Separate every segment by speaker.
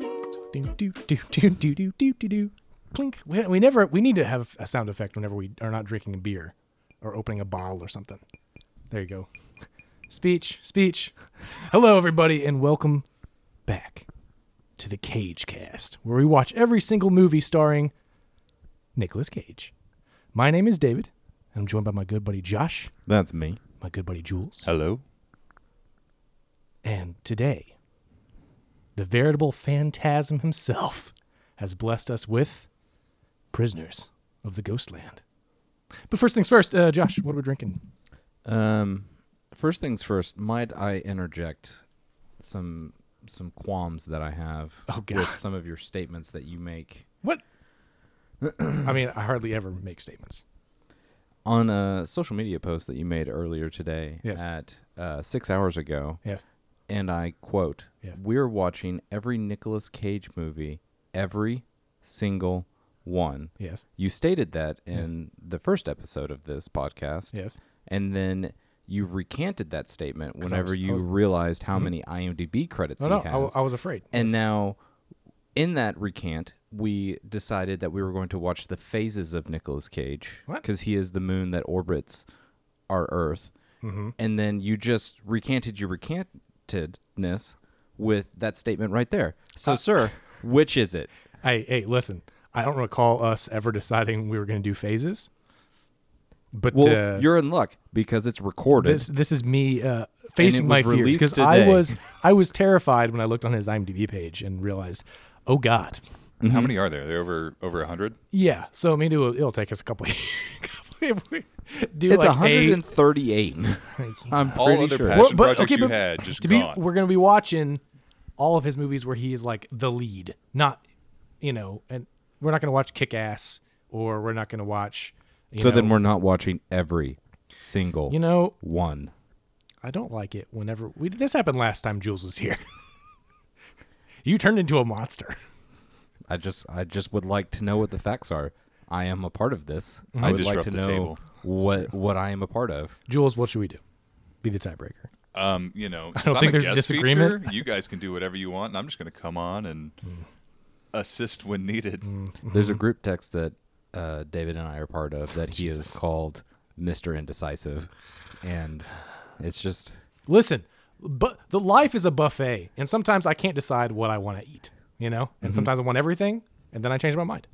Speaker 1: Do do do do do do do do do. Clink. We, we never. We need to have a sound effect whenever we are not drinking a beer, or opening a bottle or something. There you go. Speech. Speech. Hello, everybody, and welcome back to the Cage Cast, where we watch every single movie starring Nicolas Cage. My name is David. I'm joined by my good buddy Josh,
Speaker 2: That's me.
Speaker 1: my good buddy Jules,
Speaker 2: Hello.
Speaker 1: and today, the veritable phantasm himself has blessed us with Prisoners of the Ghostland. But first things first, uh, Josh, what are we drinking?
Speaker 2: Um, first things first. Might I interject some some qualms that I have
Speaker 1: Oh, God.
Speaker 2: with some of your statements that you make
Speaker 1: What? I mean, I hardly ever make statements.
Speaker 2: on a social media post that you made earlier today
Speaker 1: Yes.
Speaker 2: at uh, six hours ago,
Speaker 1: Yes.
Speaker 2: and I quote:
Speaker 1: Yes.
Speaker 2: "We're watching every Nicolas Cage movie, every single one."
Speaker 1: Yes.
Speaker 2: You stated that in the first episode of this podcast.
Speaker 1: Yes.
Speaker 2: and then you recanted that statement
Speaker 1: 'Cause I
Speaker 2: whenever
Speaker 1: was- I
Speaker 2: you
Speaker 1: was-
Speaker 2: realized how many IMDb credits
Speaker 1: No,
Speaker 2: he
Speaker 1: no, I,
Speaker 2: has.
Speaker 1: w- I was afraid.
Speaker 2: and now, in that recant, we decided that we were going to watch the phases of Nicolas Cage
Speaker 1: What?
Speaker 2: because he is the moon that orbits our Earth.
Speaker 1: Mm-hmm.
Speaker 2: And then you just recanted your recantedness with that statement right there.
Speaker 1: Uh,
Speaker 2: So, sir, which is it?
Speaker 1: Hey, hey, listen. I don't recall us ever deciding we were going to do phases. But
Speaker 2: Well,
Speaker 1: uh,
Speaker 2: you're in luck because it's recorded.
Speaker 1: this this is me uh, facing
Speaker 2: was
Speaker 1: my fears
Speaker 2: released
Speaker 1: because I
Speaker 2: today.
Speaker 1: was I was terrified when I looked on his IMDb page and realized, oh God,
Speaker 3: How
Speaker 1: Mm-hmm.
Speaker 3: many are there? They're over over a hundred.
Speaker 1: yeah. So maybe it'll, it'll take us a couple. couple if we do
Speaker 2: it's
Speaker 1: like eight-
Speaker 2: 138. I'm
Speaker 3: All
Speaker 2: pretty
Speaker 3: other
Speaker 2: sure.
Speaker 3: passion
Speaker 1: Well,
Speaker 3: projects you
Speaker 1: but
Speaker 3: had just
Speaker 1: to
Speaker 3: gone.
Speaker 1: Be, we're gonna be watching all of his movies where he is like the lead, not you know, and we're not gonna watch Kick Ass or we're not gonna watch. You
Speaker 2: So
Speaker 1: know,
Speaker 2: then we're not watching every single
Speaker 1: you know
Speaker 2: one.
Speaker 1: I don't like it whenever we this happened last time Jules was here. you turned into a monster.
Speaker 2: I just I just would like to know what the facts are. I am a part of this. I would like
Speaker 3: disrupt
Speaker 2: to
Speaker 3: the
Speaker 2: know
Speaker 3: table.
Speaker 2: what what I am a part of.
Speaker 1: Jules, what should we do? Be the tiebreaker.
Speaker 3: Um, you know, I
Speaker 1: don't think there's a disagreement. Mm.
Speaker 3: you guys can do whatever you want, and I'm just going to come on and assist when needed.
Speaker 2: There's
Speaker 3: Mm-hmm.
Speaker 2: a group text that uh, David and I are part of that he is called Mister Indecisive, and it's just
Speaker 1: Listen, but the life is a buffet, and sometimes I can't decide what I want to eat. You know, and
Speaker 2: Mm-hmm.
Speaker 1: sometimes I want everything, and then I change my mind.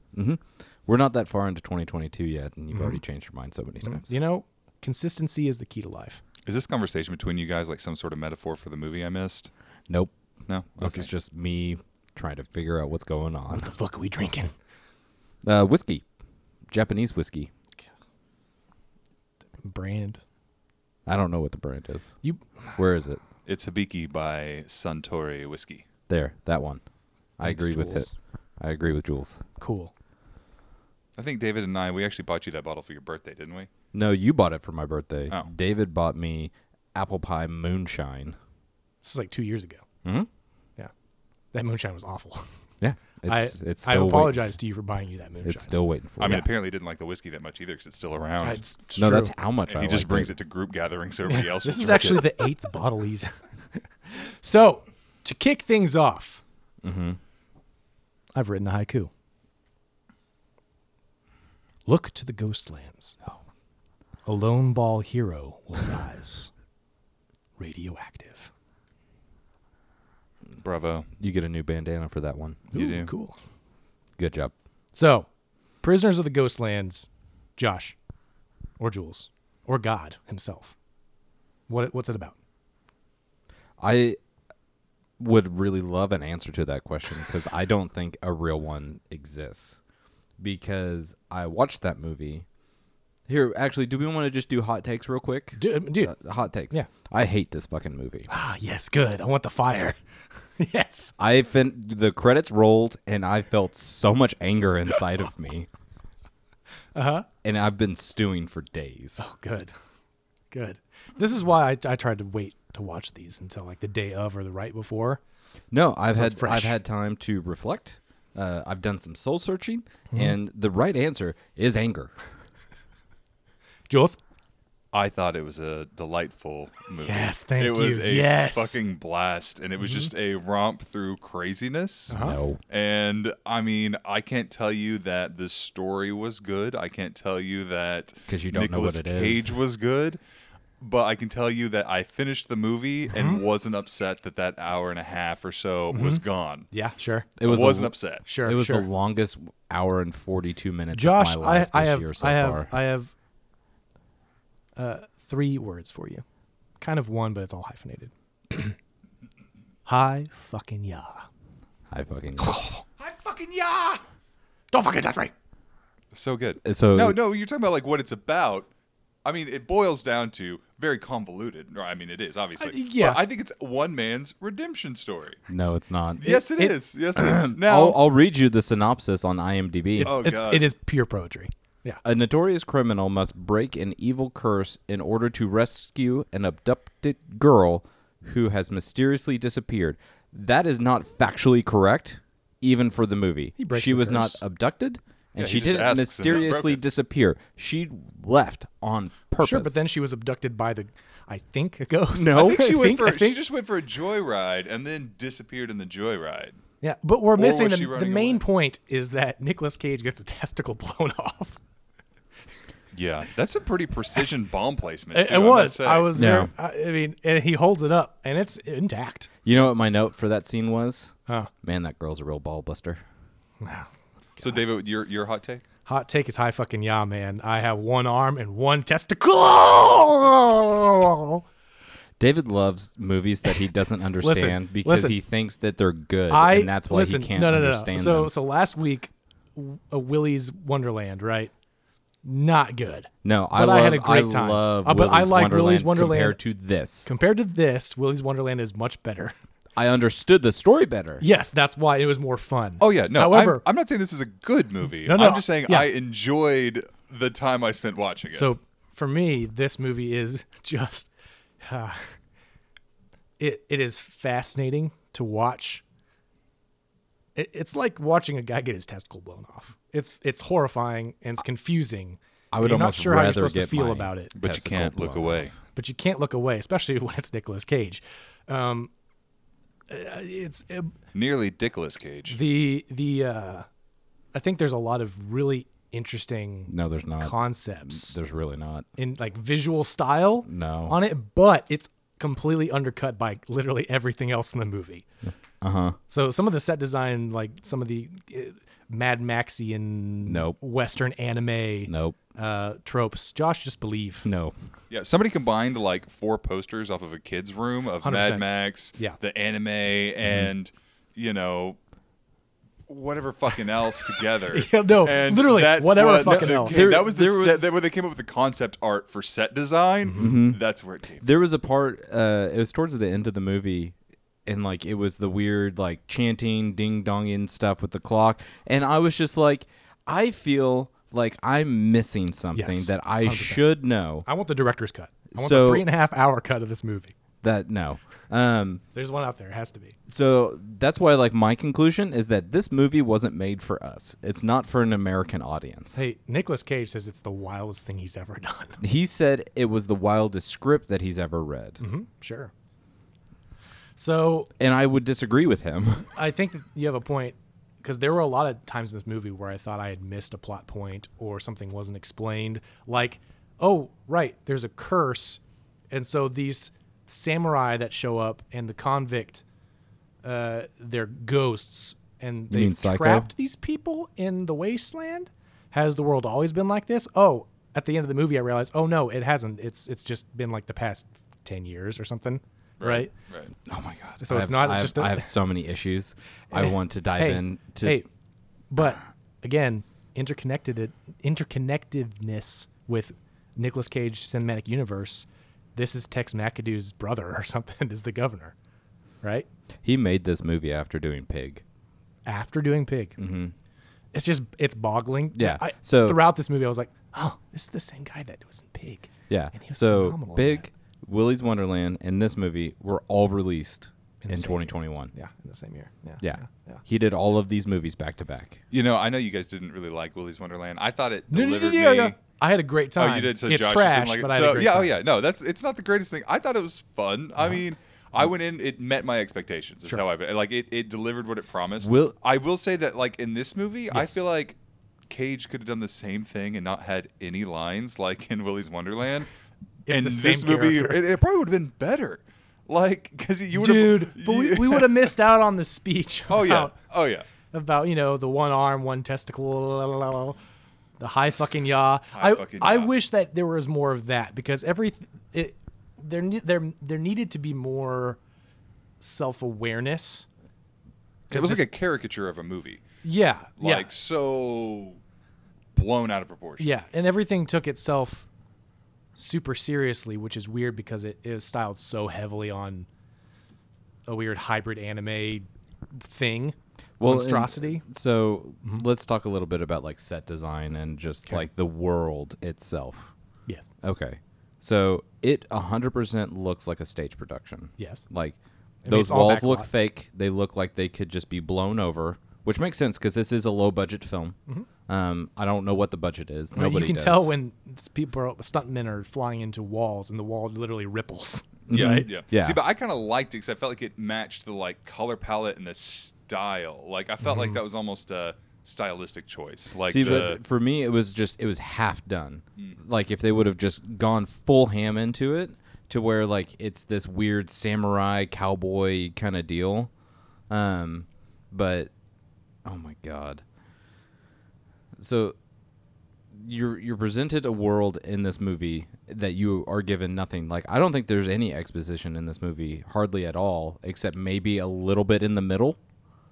Speaker 2: we're not that far into 2022 yet, and you've
Speaker 3: Mm-hmm.
Speaker 2: already changed your mind so many times.
Speaker 1: You know, consistency is the key to life.
Speaker 3: Is this conversation between you guys like some sort of metaphor for the movie I missed?
Speaker 2: Nope,
Speaker 3: No.
Speaker 2: this is just me trying to figure out what's going on.
Speaker 1: The fuck are we drinking?
Speaker 2: Uh, whiskey, Japanese whiskey.
Speaker 1: Brand.
Speaker 2: I don't know what the brand is.
Speaker 1: You
Speaker 2: Where is it?
Speaker 3: It's Hibiki by Suntory Whiskey.
Speaker 2: There, that one. I
Speaker 1: Thanks,
Speaker 2: agree with it.
Speaker 1: Jules.
Speaker 2: I agree with Jules.
Speaker 1: cool.
Speaker 3: I think David and I we actually bought you that bottle for your birthday, didn't we?
Speaker 2: No, you bought it for my birthday.
Speaker 3: Oh.
Speaker 2: David bought me apple pie moonshine.
Speaker 1: This is like two years ago.
Speaker 2: Hmm?
Speaker 1: Yeah. That moonshine was awful.
Speaker 2: Yeah, it's
Speaker 1: I,
Speaker 2: it's
Speaker 1: I
Speaker 2: still
Speaker 1: apologize to you for buying you that moonshine.
Speaker 2: Waiting. It's still waiting for
Speaker 3: I mean,
Speaker 2: me.
Speaker 3: apparently didn't like the whiskey that much either because it's still around.
Speaker 1: It's
Speaker 2: no,
Speaker 1: true.
Speaker 2: that's how much
Speaker 3: and
Speaker 2: I
Speaker 3: he just
Speaker 2: liked
Speaker 3: brings it. to group gatherings so everybody else.
Speaker 1: This
Speaker 3: will
Speaker 1: is
Speaker 3: drink
Speaker 1: actually
Speaker 3: it.
Speaker 1: the eighth bottle he's. so, to kick things off, I've written a haiku. Look to the ghost lands. A lone ball hero will rise. Radioactive.
Speaker 3: bravo.
Speaker 2: You get a new bandana for that one.
Speaker 3: You
Speaker 1: Ooh,
Speaker 3: do.
Speaker 1: Cool.
Speaker 2: Good job.
Speaker 1: So, Prisoners of the Ghostlands, Josh, or Jules, or God himself. What what's it about?
Speaker 2: I would really love an answer to that question because I don't think a real one exists. Because I watched that movie. Here, actually, do we want to just do hot takes real quick?
Speaker 1: Dude, dude.
Speaker 2: Uh, hot takes.
Speaker 1: Yeah.
Speaker 2: I hate this fucking movie.
Speaker 1: ah, yes, good. I want the fire. yes.
Speaker 2: I fin- the credits rolled and I felt so much anger inside of me. Uh huh. And I've been stewing for days.
Speaker 1: Uh-huh. Oh, good. Good. This is why I, I tried to wait to watch these until like the day of or the right before.
Speaker 2: No, I've
Speaker 1: it's
Speaker 2: had
Speaker 1: fresh.
Speaker 2: I've had time to reflect. Uh, I've done some soul
Speaker 1: Mm-hmm.
Speaker 2: searching, and the right answer is anger.
Speaker 1: Jules,
Speaker 3: I thought it was a delightful movie.
Speaker 1: Yes, thank
Speaker 3: It was
Speaker 1: you.
Speaker 3: a
Speaker 1: Yes.
Speaker 3: fucking blast, and it was just
Speaker 2: Mm-hmm.
Speaker 3: a romp through craziness.
Speaker 1: Huh?
Speaker 2: No.
Speaker 3: And I mean, I can't tell you that the story was good. I can't tell you that
Speaker 2: 'Cause you don't know what
Speaker 3: Nicolas
Speaker 2: it is.
Speaker 3: Cage was good, but I can tell you that I finished the movie
Speaker 2: Uh-huh.
Speaker 3: and wasn't upset that that hour and a half or so was gone.
Speaker 1: Yeah, sure,
Speaker 2: Mm-hmm. It was
Speaker 3: I wasn't
Speaker 2: a,
Speaker 3: upset.
Speaker 1: sure,
Speaker 2: It was
Speaker 1: sure.
Speaker 2: the longest hour and 42 minutes
Speaker 1: Josh,
Speaker 2: of my life
Speaker 1: I, I
Speaker 2: this
Speaker 1: have,
Speaker 2: year so
Speaker 1: I have,
Speaker 2: far.
Speaker 1: I have uh, three words for you. Kind of one, but it's all hyphenated. Hi fucking ya.
Speaker 2: I fucking
Speaker 3: I fucking yeah.
Speaker 1: Don't fucking touch me.
Speaker 3: So good.
Speaker 2: So
Speaker 3: no, no, you're talking about like what it's about. I mean, it boils down to very convoluted. I mean, it is obviously.
Speaker 1: Uh, yeah.
Speaker 3: But I think it's one man's redemption story.
Speaker 2: no, it's not.
Speaker 3: yes,
Speaker 1: it-
Speaker 3: it is. Yes, it is. Now,
Speaker 2: I'll, I'll read you the synopsis on IMDb.
Speaker 1: It's,
Speaker 3: Oh,
Speaker 1: it's
Speaker 3: God.
Speaker 1: it is pure poetry. Yeah.
Speaker 2: A notorious criminal must break an evil curse in order to rescue an abducted girl who has mysteriously disappeared. That is not factually correct, even for the movie.
Speaker 1: breaks
Speaker 2: She
Speaker 1: the
Speaker 2: was not
Speaker 1: curse.
Speaker 2: abducted, and
Speaker 3: Yeah,
Speaker 2: she
Speaker 3: he just
Speaker 2: didn't
Speaker 3: asks and it's
Speaker 2: mysteriously
Speaker 3: broken.
Speaker 2: disappear. She left on purpose.
Speaker 1: Sure, but then she was abducted by the, I think, a ghost.
Speaker 2: No.
Speaker 3: I think she
Speaker 1: I
Speaker 3: went
Speaker 1: think- I
Speaker 3: for she
Speaker 1: think-
Speaker 3: just went for a joyride and then disappeared in the joyride.
Speaker 1: yeah, but we're missing
Speaker 3: was
Speaker 1: the,
Speaker 3: she
Speaker 1: the
Speaker 3: running
Speaker 1: main
Speaker 3: away?
Speaker 1: point is that Nicolas Cage gets a testicle blown off.
Speaker 3: Yeah, that's a pretty precision bomb placement.
Speaker 1: It,
Speaker 3: too,
Speaker 1: it
Speaker 3: I must
Speaker 1: was.
Speaker 3: say.
Speaker 1: I was.
Speaker 2: Yeah.
Speaker 1: There, I, I mean, and he holds it up, and it's intact.
Speaker 2: you know what my note for that scene was?
Speaker 1: Huh.
Speaker 2: Man, that girl's a real ball buster.
Speaker 3: So, David, your your hot take?
Speaker 1: Hot take is high fucking yeah, man. I have one arm and one testicle.
Speaker 2: David loves movies that he doesn't understand because
Speaker 1: listen.
Speaker 2: he thinks that they're good,
Speaker 1: I
Speaker 2: and that's why
Speaker 1: listen,
Speaker 2: he can't
Speaker 1: no, no, no,
Speaker 2: understand
Speaker 1: no. So,
Speaker 2: them.
Speaker 1: so last week, w- a Willy's Wonderland, right? Not good.
Speaker 2: No, I
Speaker 1: But
Speaker 2: love,
Speaker 1: I had a great
Speaker 2: I
Speaker 1: time.
Speaker 2: Love
Speaker 1: Uh, but I
Speaker 2: Willy's
Speaker 1: like
Speaker 2: Wonderland
Speaker 1: Willy's Wonderland-
Speaker 2: compared to this.
Speaker 1: Compared to this, Willy's Wonderland is much better.
Speaker 2: I understood the story better.
Speaker 1: Yes, that's why it was more fun.
Speaker 3: Oh yeah, no.
Speaker 1: However,
Speaker 3: I'm, I'm not saying this is a good movie.
Speaker 1: No, no,
Speaker 3: I'm just saying
Speaker 1: yeah.
Speaker 3: I enjoyed the time I spent watching it.
Speaker 1: so for me, this movie is just uh, it. It is fascinating to watch. It, it's like watching a guy get his testicle blown off. It's it's horrifying and it's confusing.
Speaker 2: I would
Speaker 1: You're
Speaker 2: almost
Speaker 1: not sure how
Speaker 2: rather
Speaker 1: you're supposed to
Speaker 2: get
Speaker 1: feel
Speaker 2: my
Speaker 1: about it.
Speaker 3: but you
Speaker 2: testicle
Speaker 3: can't look
Speaker 2: blown
Speaker 3: away.
Speaker 1: but you can't look away, especially when it's Nicolas Cage. Um, uh, it's uh,
Speaker 3: Nearly Dickless Cage.
Speaker 1: the the. Uh, I think there's a lot of really interesting
Speaker 2: No, there's not.
Speaker 1: concepts
Speaker 2: there's really not.
Speaker 1: in like visual style
Speaker 2: No.
Speaker 1: on it, but it's completely undercut by literally everything else in the movie. Uh
Speaker 2: Uh-huh.
Speaker 1: huh. So some of the set design, like some of the uh, Mad Maxian
Speaker 2: Nope.
Speaker 1: Western anime
Speaker 2: Nope. Hmm.
Speaker 1: uh, tropes. Josh, just believe.
Speaker 2: No.
Speaker 3: Yeah, somebody combined like four posters off of a kid's room of
Speaker 1: 100%.
Speaker 3: Mad Max,
Speaker 1: Yeah. Mm-hmm.
Speaker 3: the anime, and you know whatever fucking else together.
Speaker 1: Yeah, no,
Speaker 3: and
Speaker 1: literally,
Speaker 3: that's
Speaker 1: whatever
Speaker 3: what-
Speaker 1: fucking
Speaker 3: that,
Speaker 1: else.
Speaker 3: There,
Speaker 2: There-
Speaker 3: that was the
Speaker 2: there was-
Speaker 3: set, that where they came up with the concept art for set design.
Speaker 1: Mm-hmm.
Speaker 3: That's where it came.
Speaker 2: There was a part. Uh, it was towards the end of the movie, and like it was the weird like chanting, ding donging stuff with the clock, and I was just like, I feel like I'm missing something
Speaker 1: Yes,
Speaker 2: that I should know.
Speaker 1: I want the director's cut. I want
Speaker 2: So-
Speaker 1: the three and a half hour cut of this movie.
Speaker 2: That no. Um.
Speaker 1: There's one out there. It has to be.
Speaker 2: so that's why like my conclusion is that this movie wasn't made for us it's not for an american audience
Speaker 1: Hey, Nicolas Cage says it's the wildest thing he's ever done.
Speaker 2: he said it was the wildest script that he's ever read
Speaker 1: Mm-hmm. sure. So
Speaker 2: and i would disagree with him
Speaker 1: I think that you have a point because there were a lot of times in this movie where I thought I had missed a plot point or something wasn't explained. Like, oh, right, there's a curse. And so these samurai that show up and the convict, uh, they're ghosts. And
Speaker 2: mean
Speaker 1: they've
Speaker 2: Psycho?
Speaker 1: trapped these people in the wasteland. Has the world always been like this? Oh, at the end of the movie, I realized, oh no, it hasn't. It's it's just been like the past ten years or something, right?
Speaker 3: Right.
Speaker 2: oh my god
Speaker 1: So
Speaker 2: I
Speaker 1: it's
Speaker 2: have-
Speaker 1: not
Speaker 2: I have,
Speaker 1: just a-
Speaker 2: I have so many issues i want to dive
Speaker 1: hey,
Speaker 2: in to
Speaker 1: hey, but again, interconnected it interconnectedness with Nicolas Cage cinematic universe. This is Tex McAdoo's brother or something is the governor, right?
Speaker 2: he made this movie after doing pig
Speaker 1: After doing Pig, it's just it's boggling.
Speaker 2: Mm-hmm. Yeah,
Speaker 1: I-
Speaker 2: so-
Speaker 1: throughout this movie, I was like, oh, this is the same guy that was in Pig.
Speaker 2: yeah
Speaker 1: And he was
Speaker 2: so
Speaker 1: phenomenal in
Speaker 2: big willy's wonderland and this movie were all released in,
Speaker 1: the same year.
Speaker 2: 2021
Speaker 1: that. Yeah, in the same year. Yeah.
Speaker 2: yeah.
Speaker 1: yeah.
Speaker 2: he did all of these movies back to back
Speaker 3: You know, I know you guys didn't really like Willy's Wonderland. I thought it
Speaker 1: No, no, no,
Speaker 3: delivered
Speaker 1: no,
Speaker 3: me
Speaker 1: no. I had a great time.
Speaker 3: Oh, you did. So
Speaker 1: it's
Speaker 3: Josh just didn't
Speaker 1: trash,
Speaker 3: like it.
Speaker 1: but I had
Speaker 3: so,
Speaker 1: a great
Speaker 3: yeah,
Speaker 1: time. Uh-huh.
Speaker 3: oh yeah. No, that's it's not the greatest thing. I thought it was fun. I mean, I went in. It met my expectations. Is how I like it. It delivered what it promised.
Speaker 2: Will-
Speaker 3: I will say that like in this movie, I
Speaker 1: Yes.
Speaker 3: feel like Cage could have done the same thing and not had any lines like in Willy's Wonderland.
Speaker 1: It's
Speaker 3: and
Speaker 1: the
Speaker 3: this
Speaker 1: same
Speaker 3: movie,
Speaker 1: character.
Speaker 3: it, it probably would have been better. Like because you would
Speaker 1: dude. But we, we would have missed out on the speech.
Speaker 3: Oh yeah.
Speaker 1: about-
Speaker 3: Oh yeah.
Speaker 1: about you know the one arm, one testicle, la, la, la, la, the high fucking yaw.
Speaker 3: High
Speaker 1: I
Speaker 3: fucking
Speaker 1: I
Speaker 3: yah.
Speaker 1: wish that there was more of that because every it, there ne- there there needed to be more self awareness.
Speaker 3: It was like a caricature of a movie.
Speaker 1: yeah,
Speaker 3: Like
Speaker 1: yeah,
Speaker 3: so blown out of proportion.
Speaker 1: yeah, and everything took itself super seriously, which is weird because it is styled so heavily on a weird hybrid anime thing.
Speaker 2: and
Speaker 1: monstrosity. Mm-hmm.
Speaker 2: so let's talk a little bit about like set design and just like the world itself.
Speaker 1: Yes.
Speaker 2: Okay. So it 100% looks like a stage production.
Speaker 1: Yes.
Speaker 2: Like
Speaker 1: mean,
Speaker 2: those
Speaker 1: it's all
Speaker 2: walls look
Speaker 1: backlot.
Speaker 2: fake. They look like they could just be blown over, which makes sense because this is a low budget film. Um, I don't know what the budget is.
Speaker 1: I mean,
Speaker 2: Nobody
Speaker 1: Mm-hmm. you can
Speaker 2: does.
Speaker 1: tell when s- people are, stuntmen are flying into walls and the wall literally ripples.
Speaker 3: Yeah,
Speaker 2: Right?
Speaker 3: yeah,
Speaker 2: Yeah.
Speaker 3: See, but I kind of liked it because I felt like it matched the like color palette and the style. Like I felt like that was almost a stylistic choice. Like
Speaker 2: Mm-hmm. See,
Speaker 3: the, Hmm.
Speaker 2: but for me, it was just it was half done. Like if they would have just gone full ham into it, to where like it's this weird samurai cowboy kind of deal. Um, but oh my god. So you're you're presented a world in this movie that you are given nothing. Like I don't think there's any exposition in this movie, hardly at all, except maybe a little bit in the middle.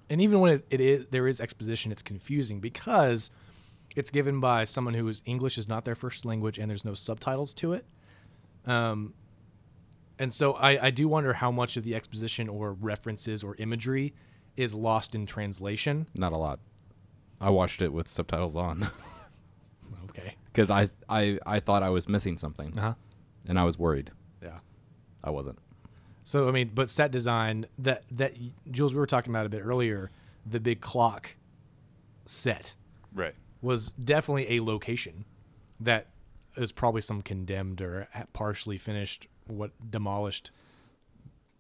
Speaker 1: And even when it, it is there is exposition, it's confusing because it's given by someone who is English is not their first language and there's no subtitles to it. Um, and so I, I do wonder how much of the exposition or references or imagery is lost in translation.
Speaker 2: Not a lot. I watched it with subtitles on.
Speaker 1: Okay.
Speaker 2: because I, I I thought I was missing something,
Speaker 1: Uh-huh.
Speaker 2: and I was worried.
Speaker 1: Yeah.
Speaker 2: I wasn't.
Speaker 1: So I mean, but set design that that Jules we were talking about a bit earlier, the big clock set
Speaker 3: right.
Speaker 1: was definitely a location that is probably some condemned or ha- partially finished, what demolished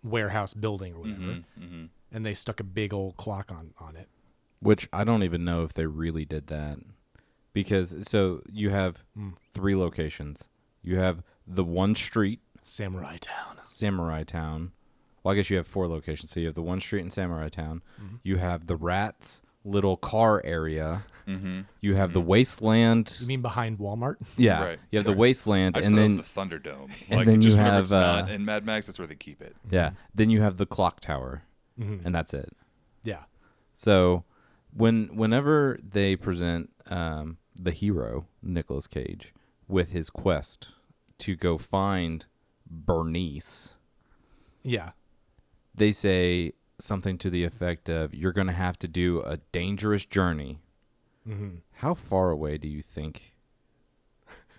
Speaker 1: warehouse building or whatever,
Speaker 2: Mm-hmm,
Speaker 1: and they stuck a big old clock on on it.
Speaker 2: Which I don't even know if they really did that, because so you have three locations. You have the one street,
Speaker 1: Samurai Town.
Speaker 2: Samurai Town. Well, I guess you have four locations. So you have the one street in Samurai Town. You have the rats little car area.
Speaker 3: Mm-hmm.
Speaker 2: You have the wasteland.
Speaker 1: You mean behind Walmart?
Speaker 2: Yeah,
Speaker 3: Right,
Speaker 2: you have
Speaker 3: right.
Speaker 2: the wasteland,
Speaker 3: I just
Speaker 2: and
Speaker 3: thought it
Speaker 2: then
Speaker 3: was the Thunderdome. Like
Speaker 2: and then
Speaker 3: just
Speaker 2: you
Speaker 3: whenever
Speaker 2: have,
Speaker 3: it's not
Speaker 2: uh,
Speaker 3: in Mad Max, that's where they keep it.
Speaker 2: yeah, then you have the clock tower, and that's it.
Speaker 1: Yeah.
Speaker 2: So when whenever they present um, the hero Nicolas Cage with his quest to go find Bernice,
Speaker 1: Yeah.
Speaker 2: they say something to the effect of "You're going to have to do a dangerous journey."
Speaker 1: Mm-hmm.
Speaker 2: How far away do you think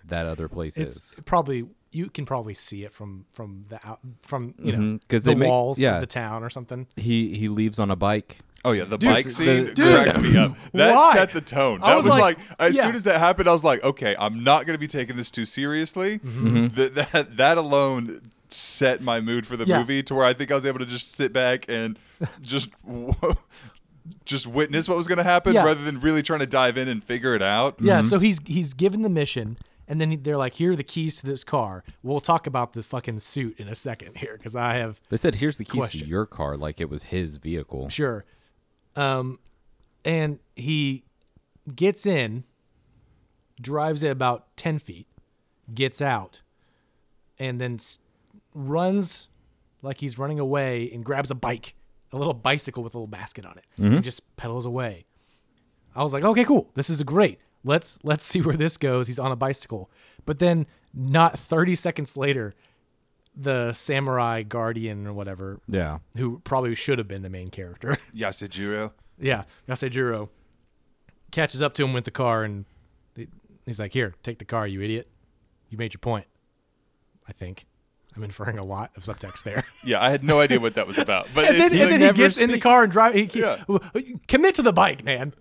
Speaker 2: that other place
Speaker 1: It's
Speaker 2: is?
Speaker 1: probably you can probably see it from from the out from you know
Speaker 2: Mhm, 'cause
Speaker 1: the
Speaker 2: they make-
Speaker 1: walls
Speaker 2: yeah.
Speaker 1: of the town or something.
Speaker 2: He he leaves on a bike.
Speaker 3: Oh yeah, the
Speaker 1: Dude,
Speaker 3: bike
Speaker 1: the-
Speaker 3: scene
Speaker 2: dude,
Speaker 3: cracked me up. That
Speaker 1: why?
Speaker 3: set the tone.
Speaker 1: I
Speaker 3: That
Speaker 1: was
Speaker 3: was,
Speaker 1: like,
Speaker 3: like, as
Speaker 1: yeah.
Speaker 3: soon as that happened, I was like, okay, I'm not gonna be taking this too seriously.
Speaker 1: Mm-hmm.
Speaker 3: Th- that that alone set my mood for the
Speaker 1: Yeah.
Speaker 3: movie to where I think I was able to just sit back and just just witness what was gonna happen
Speaker 1: Yeah.
Speaker 3: rather than really trying to dive in and figure it out.
Speaker 1: Yeah,
Speaker 2: Mm-hmm.
Speaker 1: so he's he's given the mission, and then he- they're like, "Here are the keys to this car." We'll talk about the fucking suit in a second here, because I have
Speaker 2: They said, "Here's the keys to
Speaker 1: Question.
Speaker 2: your car," like it was his vehicle.
Speaker 1: sure. Um, and he gets in, drives it about ten feet, gets out, and then s- runs like he's running away and grabs a bike, a little bicycle with a little basket on it, and just pedals away. I was like, okay, cool. This is great. Let's let's see where this goes. He's on a bicycle. But then not 30 seconds later, the samurai guardian or whatever,
Speaker 2: Yeah,
Speaker 1: who probably should have been the main character.
Speaker 3: Yasujiro.
Speaker 1: yeah, Yasejiro catches up to him with the car and he- he's like, "Here, take the car, you idiot. You made your point." I think. I I'm inferring a lot of subtext there.
Speaker 3: Yeah, I had no idea what that was about. But
Speaker 1: and
Speaker 3: as
Speaker 1: then,
Speaker 3: soon,
Speaker 1: and then he
Speaker 2: never
Speaker 1: gets in the
Speaker 2: speaks.
Speaker 1: car and drive. He, he-
Speaker 3: Yeah.
Speaker 1: Commit to the bike, man.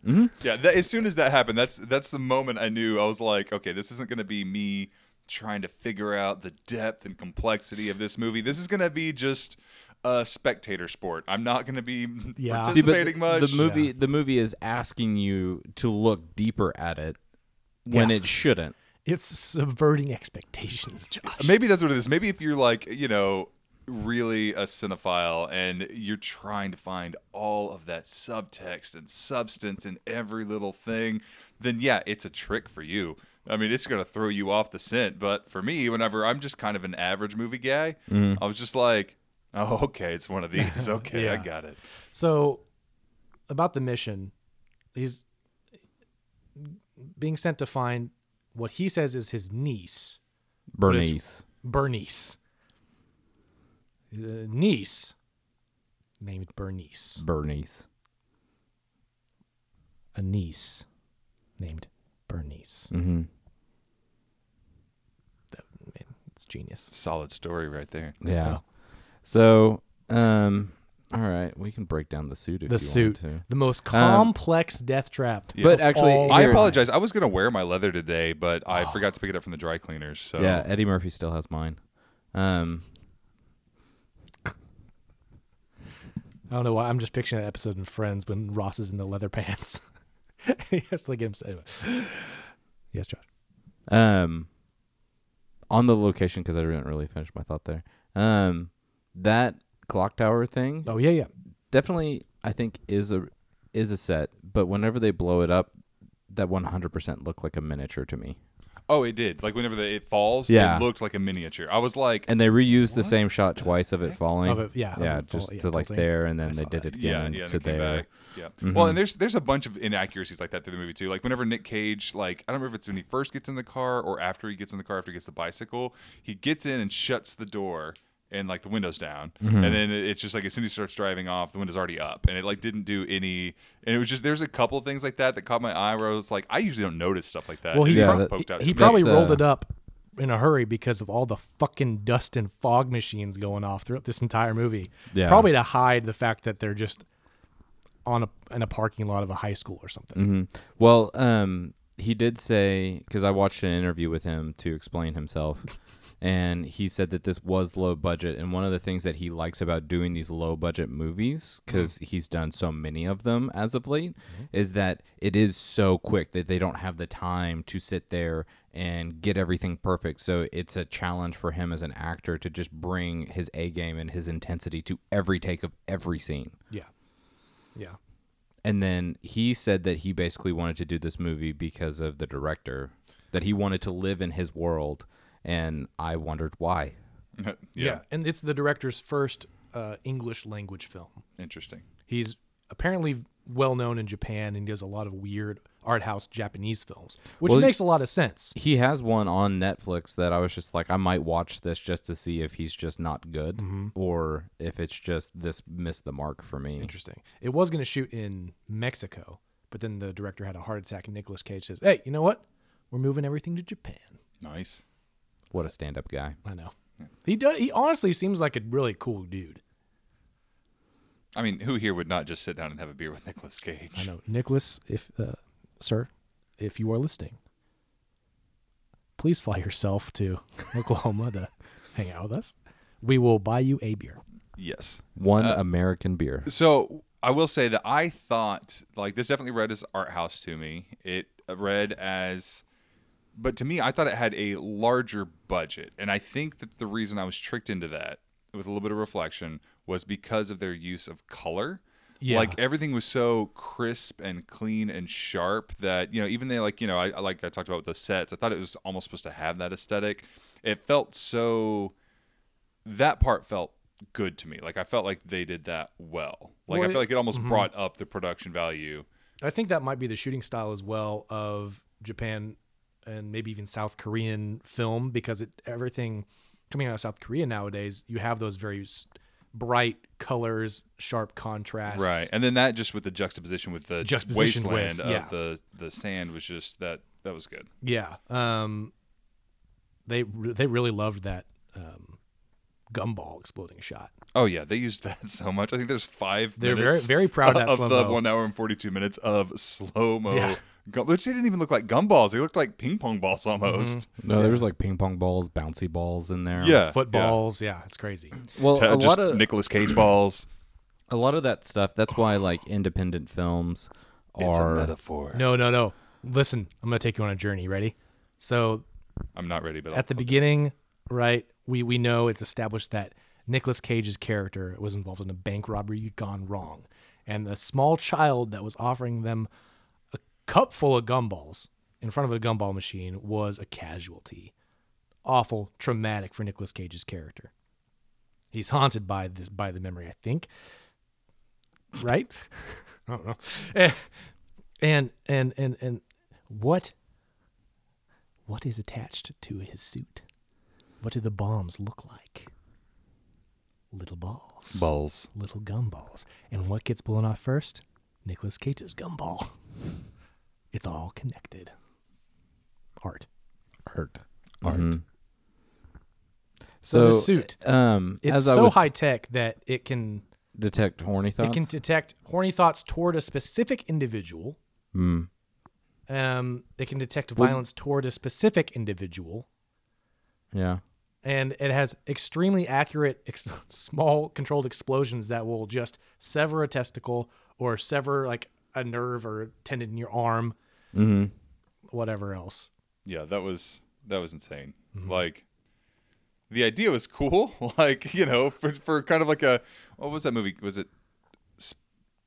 Speaker 3: yeah, that, as soon as that happened, that's that's the moment I knew I was like, okay, this isn't going to be me trying to figure out the depth and complexity of this movie. This is going to be just a spectator sport. I'm not going to be
Speaker 1: Yeah.
Speaker 2: See, but
Speaker 3: participating
Speaker 2: the-
Speaker 3: much.
Speaker 2: the movie the movie is asking you to look deeper at it when
Speaker 1: Yeah.
Speaker 2: it shouldn't.
Speaker 1: It's subverting expectations, Josh.
Speaker 3: Uh, Maybe that's what it is. Maybe if you're like, you know, really a cinephile and you're trying to find all of that subtext and substance in every little thing, then yeah, it's a trick for you. I mean, it's going to throw you off the scent. But for me, whenever I'm just kind of an average movie guy,
Speaker 2: Mm.
Speaker 3: I was just like, oh, okay, it's one of these. Okay, I
Speaker 1: Yeah.
Speaker 3: got it.
Speaker 1: So, about the mission, he's being sent to find what he says is his niece, it's-
Speaker 2: Bernice.
Speaker 1: Bernice. Uh, niece named Bernice.
Speaker 2: Bernice.
Speaker 1: A niece named Bernice.
Speaker 2: Mm-hmm.
Speaker 1: That, man, it's genius.
Speaker 3: Solid story right there.
Speaker 2: Yeah. So, um, all right, we can break down the suit if
Speaker 1: The
Speaker 2: you
Speaker 1: suit,
Speaker 2: want to. Um,
Speaker 1: the most complex death trap.
Speaker 2: But
Speaker 1: of
Speaker 2: actually,
Speaker 1: all
Speaker 3: Oh, I
Speaker 2: Here-
Speaker 3: apologize. I was going to wear my leather today, but I forgot to pick it up from the dry cleaners. So
Speaker 2: Ah. Yeah, Eddie Murphy still has mine. Um,
Speaker 1: I don't know why. I'm just picturing an episode in Friends when Ross is in the leather pants. he has to like get himself. Anyway. Yes, Josh.
Speaker 2: um, on the location because I didn't really finish my thought there. Um, that clock tower thing
Speaker 1: Oh yeah, yeah.
Speaker 2: definitely, I think, is a is a set. But whenever they blow it up, that one hundred percent looked like a miniature to me.
Speaker 3: Oh, it did. Like whenever the, it falls,
Speaker 2: Yeah.
Speaker 3: it looked like a miniature. I was like,
Speaker 2: And they reused the same shot twice of it falling.
Speaker 1: Of it- yeah, of
Speaker 2: yeah,
Speaker 1: it fall-
Speaker 2: just
Speaker 1: yeah,
Speaker 2: to like
Speaker 1: tilting.
Speaker 2: there, and then they
Speaker 1: saw
Speaker 2: did
Speaker 1: that.
Speaker 2: it again and to
Speaker 3: they came
Speaker 2: there. Mm-hmm.
Speaker 3: back. Yeah. Well, and there's there's a bunch of inaccuracies like that through the movie too. Like whenever Nick Cage, like I don't remember if it's when he first gets in the car or after he gets in the car after he gets the bicycle, he gets in and shuts the door and like the windows down,
Speaker 2: Mm-hmm.
Speaker 3: and then it- it's just like as soon as he starts driving off, the window's already up, and it like didn't do any. And it was just there's a couple of things like that that caught my eye where I was like, I usually don't notice stuff like that.
Speaker 1: Well, he
Speaker 3: And it
Speaker 2: Yeah,
Speaker 1: prob-
Speaker 2: that-
Speaker 3: poked out
Speaker 1: he
Speaker 3: to me.
Speaker 1: probably
Speaker 2: That's,
Speaker 1: rolled
Speaker 2: uh,
Speaker 1: it up in a hurry because of all the fucking dust and fog machines going off throughout this entire movie.
Speaker 2: Yeah.
Speaker 1: Probably to hide the fact that they're just on a in a parking lot of a high school or something.
Speaker 2: Well, um, he did say because I watched an interview with him to explain himself, and he said that this was low budget, and one of the things that he likes about doing these low budget movies because he's done so many of them as of late is that it is so quick that they don't have the time to sit there and get everything perfect. So it's a challenge for him as an actor to just bring his A game and his intensity to every take of every scene
Speaker 1: Yeah, yeah.
Speaker 2: and then he said that he basically wanted to do this movie because of the director that he wanted to live in his world and i wondered why
Speaker 1: Yeah. And it's the director's first uh, English language film.
Speaker 3: interesting.
Speaker 1: He's apparently well known in Japan and does a lot of weird art house Japanese films, which
Speaker 2: Well,
Speaker 1: makes a lot of sense.
Speaker 2: he has one on netflix that i was just like i might watch this just to see if he's just not good or if it's just this missed the mark for me
Speaker 1: Interesting. It was going to shoot in Mexico, but then the director had a heart attack, and Nicolas Cage says, "Hey, you know what? We're moving everything to Japan."
Speaker 3: Nice.
Speaker 2: what a stand-up guy
Speaker 1: I know. He does. He honestly seems like a really cool dude.
Speaker 3: I mean, who here would not just sit down and have a beer with Nicolas Cage?
Speaker 1: I know, Nicholas, if uh, sir, if you are listening, please fly yourself to Oklahoma to hang out with us. We will buy you a beer.
Speaker 3: Yes.
Speaker 2: one american beer
Speaker 3: So I will say that I thought like this definitely read as art house to me. It read as, but to me, I thought it had a larger budget, and I think that the reason I was tricked into that with a little bit of reflection was because of their use of color.
Speaker 1: Yeah.
Speaker 3: Like everything was so crisp and clean and sharp that you know even they like you know I I- like I talked about with the sets I thought it was almost supposed to have that aesthetic. It felt so that part felt good to me. Like I felt like they did that well.
Speaker 1: Well,
Speaker 3: Like
Speaker 1: mm-hmm.
Speaker 3: I feel like it almost brought up the production value.
Speaker 1: I think that might be the shooting style as well of Japan and maybe even South Korean film because it everything coming out of South Korea nowadays you have those very s- bright colors, sharp contrasts.
Speaker 3: Right. And then that just with the juxtaposition with the
Speaker 1: Juxtaposition
Speaker 3: wasteland
Speaker 1: with,
Speaker 3: of
Speaker 1: yeah.
Speaker 3: the the sand was just that that was good.
Speaker 1: Yeah. Um, they re- they really loved that um, gumball exploding shot.
Speaker 3: Oh yeah, they used that so much. I think there's five.
Speaker 1: They're very-
Speaker 3: minutes
Speaker 1: very proud of that
Speaker 3: the
Speaker 1: slow-mo.
Speaker 3: one hour and forty two minutes of slow mo.
Speaker 1: Yeah.
Speaker 3: Which they didn't even look like gumballs. They looked like ping pong balls
Speaker 1: Mm-hmm.
Speaker 3: almost.
Speaker 2: No, there was like ping pong balls, bouncy balls in there.
Speaker 3: Yeah,
Speaker 1: Footballs, yeah, it's crazy.
Speaker 2: Well,
Speaker 3: Yeah.
Speaker 2: a
Speaker 3: T- just
Speaker 2: lot of
Speaker 3: Nicolas Cage balls.
Speaker 2: a lot of that stuff. That's why like independent films
Speaker 3: It's a
Speaker 2: are
Speaker 3: metaphor.
Speaker 1: No, no, no. Listen, I'm gonna take you on a journey. Ready? So
Speaker 3: I'm not ready, but
Speaker 1: at the
Speaker 3: I'll-
Speaker 1: beginning, right, we we know it's established that Nicolas Cage's character was involved in a bank robbery gone wrong, and the small child that was offering them a cup full of gumballs in front of a gumball machine was a casualty. Awful, traumatic for Nicolas Cage's character. He's haunted by this by the memory, I think. Right? I don't know. Eh, And and and and what what is attached to his suit? What do the bombs look like? Little balls.
Speaker 2: balls.
Speaker 1: Little gumballs. And what gets blown off first? Nicolas Cage's gumball. It's all connected. Art.
Speaker 2: Art. Mm-hmm.
Speaker 1: Art. So,
Speaker 2: So,
Speaker 1: the suit.
Speaker 2: Um,
Speaker 1: It's
Speaker 2: as I
Speaker 1: so
Speaker 2: was
Speaker 1: high tech that it can
Speaker 2: detect horny thoughts.
Speaker 1: it can detect horny thoughts toward a specific individual.
Speaker 2: Hmm.
Speaker 1: Um, it can detect violence toward a specific individual.
Speaker 2: yeah.
Speaker 1: and it has extremely accurate ex- small controlled explosions that will just sever a testicle or sever like a nerve or tendon in your arm
Speaker 2: Mm-hmm.
Speaker 1: whatever else
Speaker 3: yeah, that was that was insane.
Speaker 1: Mm-hmm.
Speaker 3: Like the idea was cool. Like you know, for for kind of like a what was that movie? Was it Sp-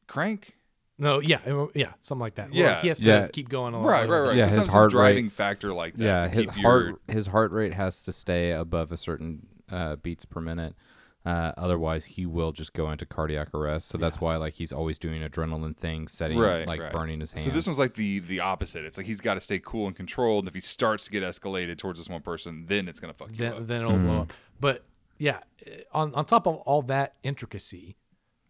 Speaker 3: Crank?
Speaker 1: no yeah it will- yeah something like that Well,
Speaker 3: Yeah.
Speaker 1: he has to
Speaker 2: Yeah.
Speaker 1: keep going on
Speaker 3: Right, right, right.
Speaker 2: Yeah,
Speaker 3: so
Speaker 2: his
Speaker 3: sometimes a
Speaker 2: heart rate-
Speaker 3: driving factor like that.
Speaker 2: yeah
Speaker 3: to
Speaker 2: his
Speaker 3: keep
Speaker 2: heart
Speaker 3: your-
Speaker 2: his heart rate has to stay above a certain uh, beats per minute uh, otherwise he will just go into cardiac arrest so that's why like he's always doing adrenaline things setting
Speaker 3: right,
Speaker 2: like
Speaker 3: right.
Speaker 2: burning his hand
Speaker 3: So this one's like the the opposite. It's like he's got to stay cool and controlled. If he starts to get escalated towards this one person, then it's gonna fuck you
Speaker 1: then,
Speaker 3: up.
Speaker 1: then it'll blow up but yeah eh, on, on top of all that intricacy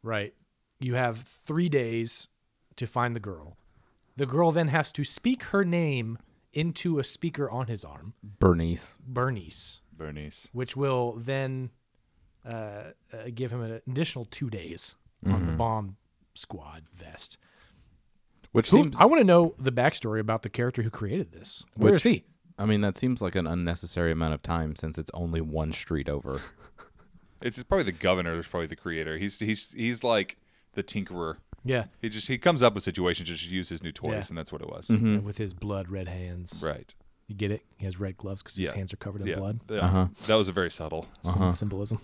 Speaker 1: right you have three days to find the girl the girl then has to speak her name into a speaker on his arm
Speaker 2: bernice
Speaker 1: bernice
Speaker 3: Bernice.
Speaker 1: which will then uh, uh, give him an additional two days on the bomb squad vest.
Speaker 2: which
Speaker 1: Who-
Speaker 2: seems
Speaker 1: I want to know the backstory about the character who created this. Where is
Speaker 2: Which-
Speaker 1: he?
Speaker 2: i mean that seems like an unnecessary amount of time since it's only one street over
Speaker 3: It's, it's probably the governor. There's probably the creator. He's he's he's like the tinkerer.
Speaker 1: Yeah,
Speaker 3: He just he comes up with situations just to use his new toys,
Speaker 1: Yeah.
Speaker 3: and that's what it was.
Speaker 1: with his blood red hands.
Speaker 3: Right.
Speaker 1: You get it? He has red gloves because his
Speaker 3: Yeah.
Speaker 1: hands are covered in
Speaker 3: Yeah.
Speaker 1: blood.
Speaker 3: Yeah. That was a very subtle.
Speaker 1: Some symbolism.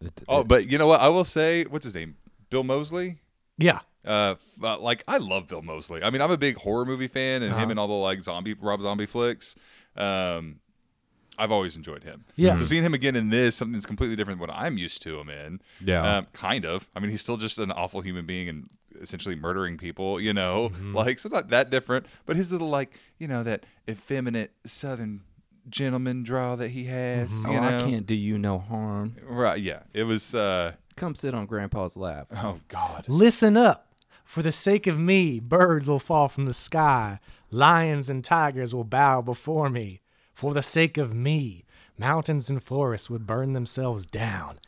Speaker 2: It-
Speaker 3: Oh, but you know what? I will say, what's his name? Bill Mosley.
Speaker 1: Yeah,
Speaker 3: Uh, f- uh, like I love Bill Mosley. I mean, I'm a big horror movie fan, and
Speaker 2: Uh-huh.
Speaker 3: him and all the like zombie Rob Zombie flicks. Um, I've always enjoyed him.
Speaker 1: Yeah.
Speaker 2: Mm-hmm.
Speaker 3: So seeing him again in this, something that's completely different than what I'm used to him in.
Speaker 2: Yeah.
Speaker 3: Um, kind of. I mean, he's still just an awful human being and essentially murdering people. You know,
Speaker 2: Mm-hmm.
Speaker 3: like so not that different. But his little like you know that effeminate Southern gentleman draw that he has.
Speaker 2: oh
Speaker 3: You know?
Speaker 2: i can't do you no harm
Speaker 3: Right. Yeah. It was. uh
Speaker 2: come sit on grandpa's lap
Speaker 3: Oh God.
Speaker 1: Listen up. For the sake of me, birds will fall from the sky. Lions and tigers will bow before me. For the sake of me, mountains and forests would burn themselves down.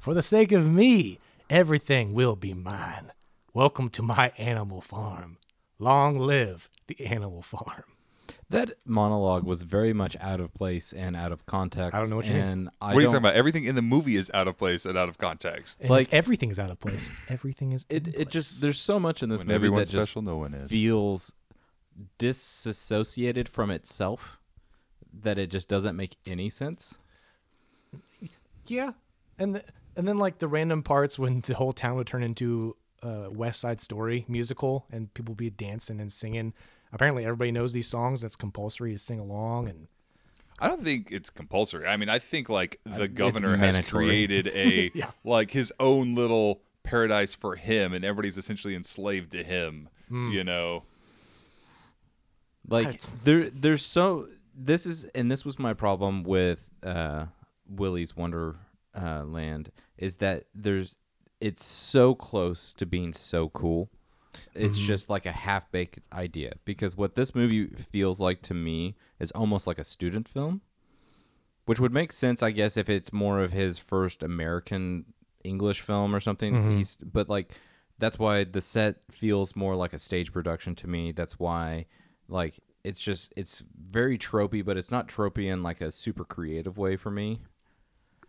Speaker 1: For the sake of me, everything will be mine. Welcome to my animal farm. Long live the animal farm.
Speaker 2: that monologue was very much out of place and out of context i
Speaker 1: don't know what you mean.
Speaker 2: I
Speaker 3: What are you
Speaker 2: don't-
Speaker 3: talking about? Everything in the movie is out of place and out of context.
Speaker 1: And
Speaker 2: Like-
Speaker 1: everything's out of place. Everything is.
Speaker 2: it, it just there's so much in this
Speaker 3: When
Speaker 2: movie that
Speaker 3: everyone's
Speaker 2: just
Speaker 3: special, no one is.
Speaker 2: feels disassociated from itself that it just doesn't make any sense.
Speaker 1: yeah, and the, and then like the random parts when the whole town would turn into a West Side Story musical and people would be dancing and singing. Apparently, everybody knows these songs. That's compulsory to sing along. And
Speaker 3: I don't think it's compulsory. I mean, I think like the governor has
Speaker 2: mandatory.
Speaker 3: created a like his own little paradise for him, and everybody's essentially enslaved to him. You know,
Speaker 2: Like there there's so this is and this was my problem with uh Willy's Wonder uh, Land is that there's it's so close to being so cool. It's just like a half baked idea because what this movie feels like to me is almost like a student film. which would make sense, I guess, if it's more of his first American English film or something. He's but like that's why the set feels more like a stage production to me. That's why like it's just it's very tropey, but it's not tropey in like a super creative way for me.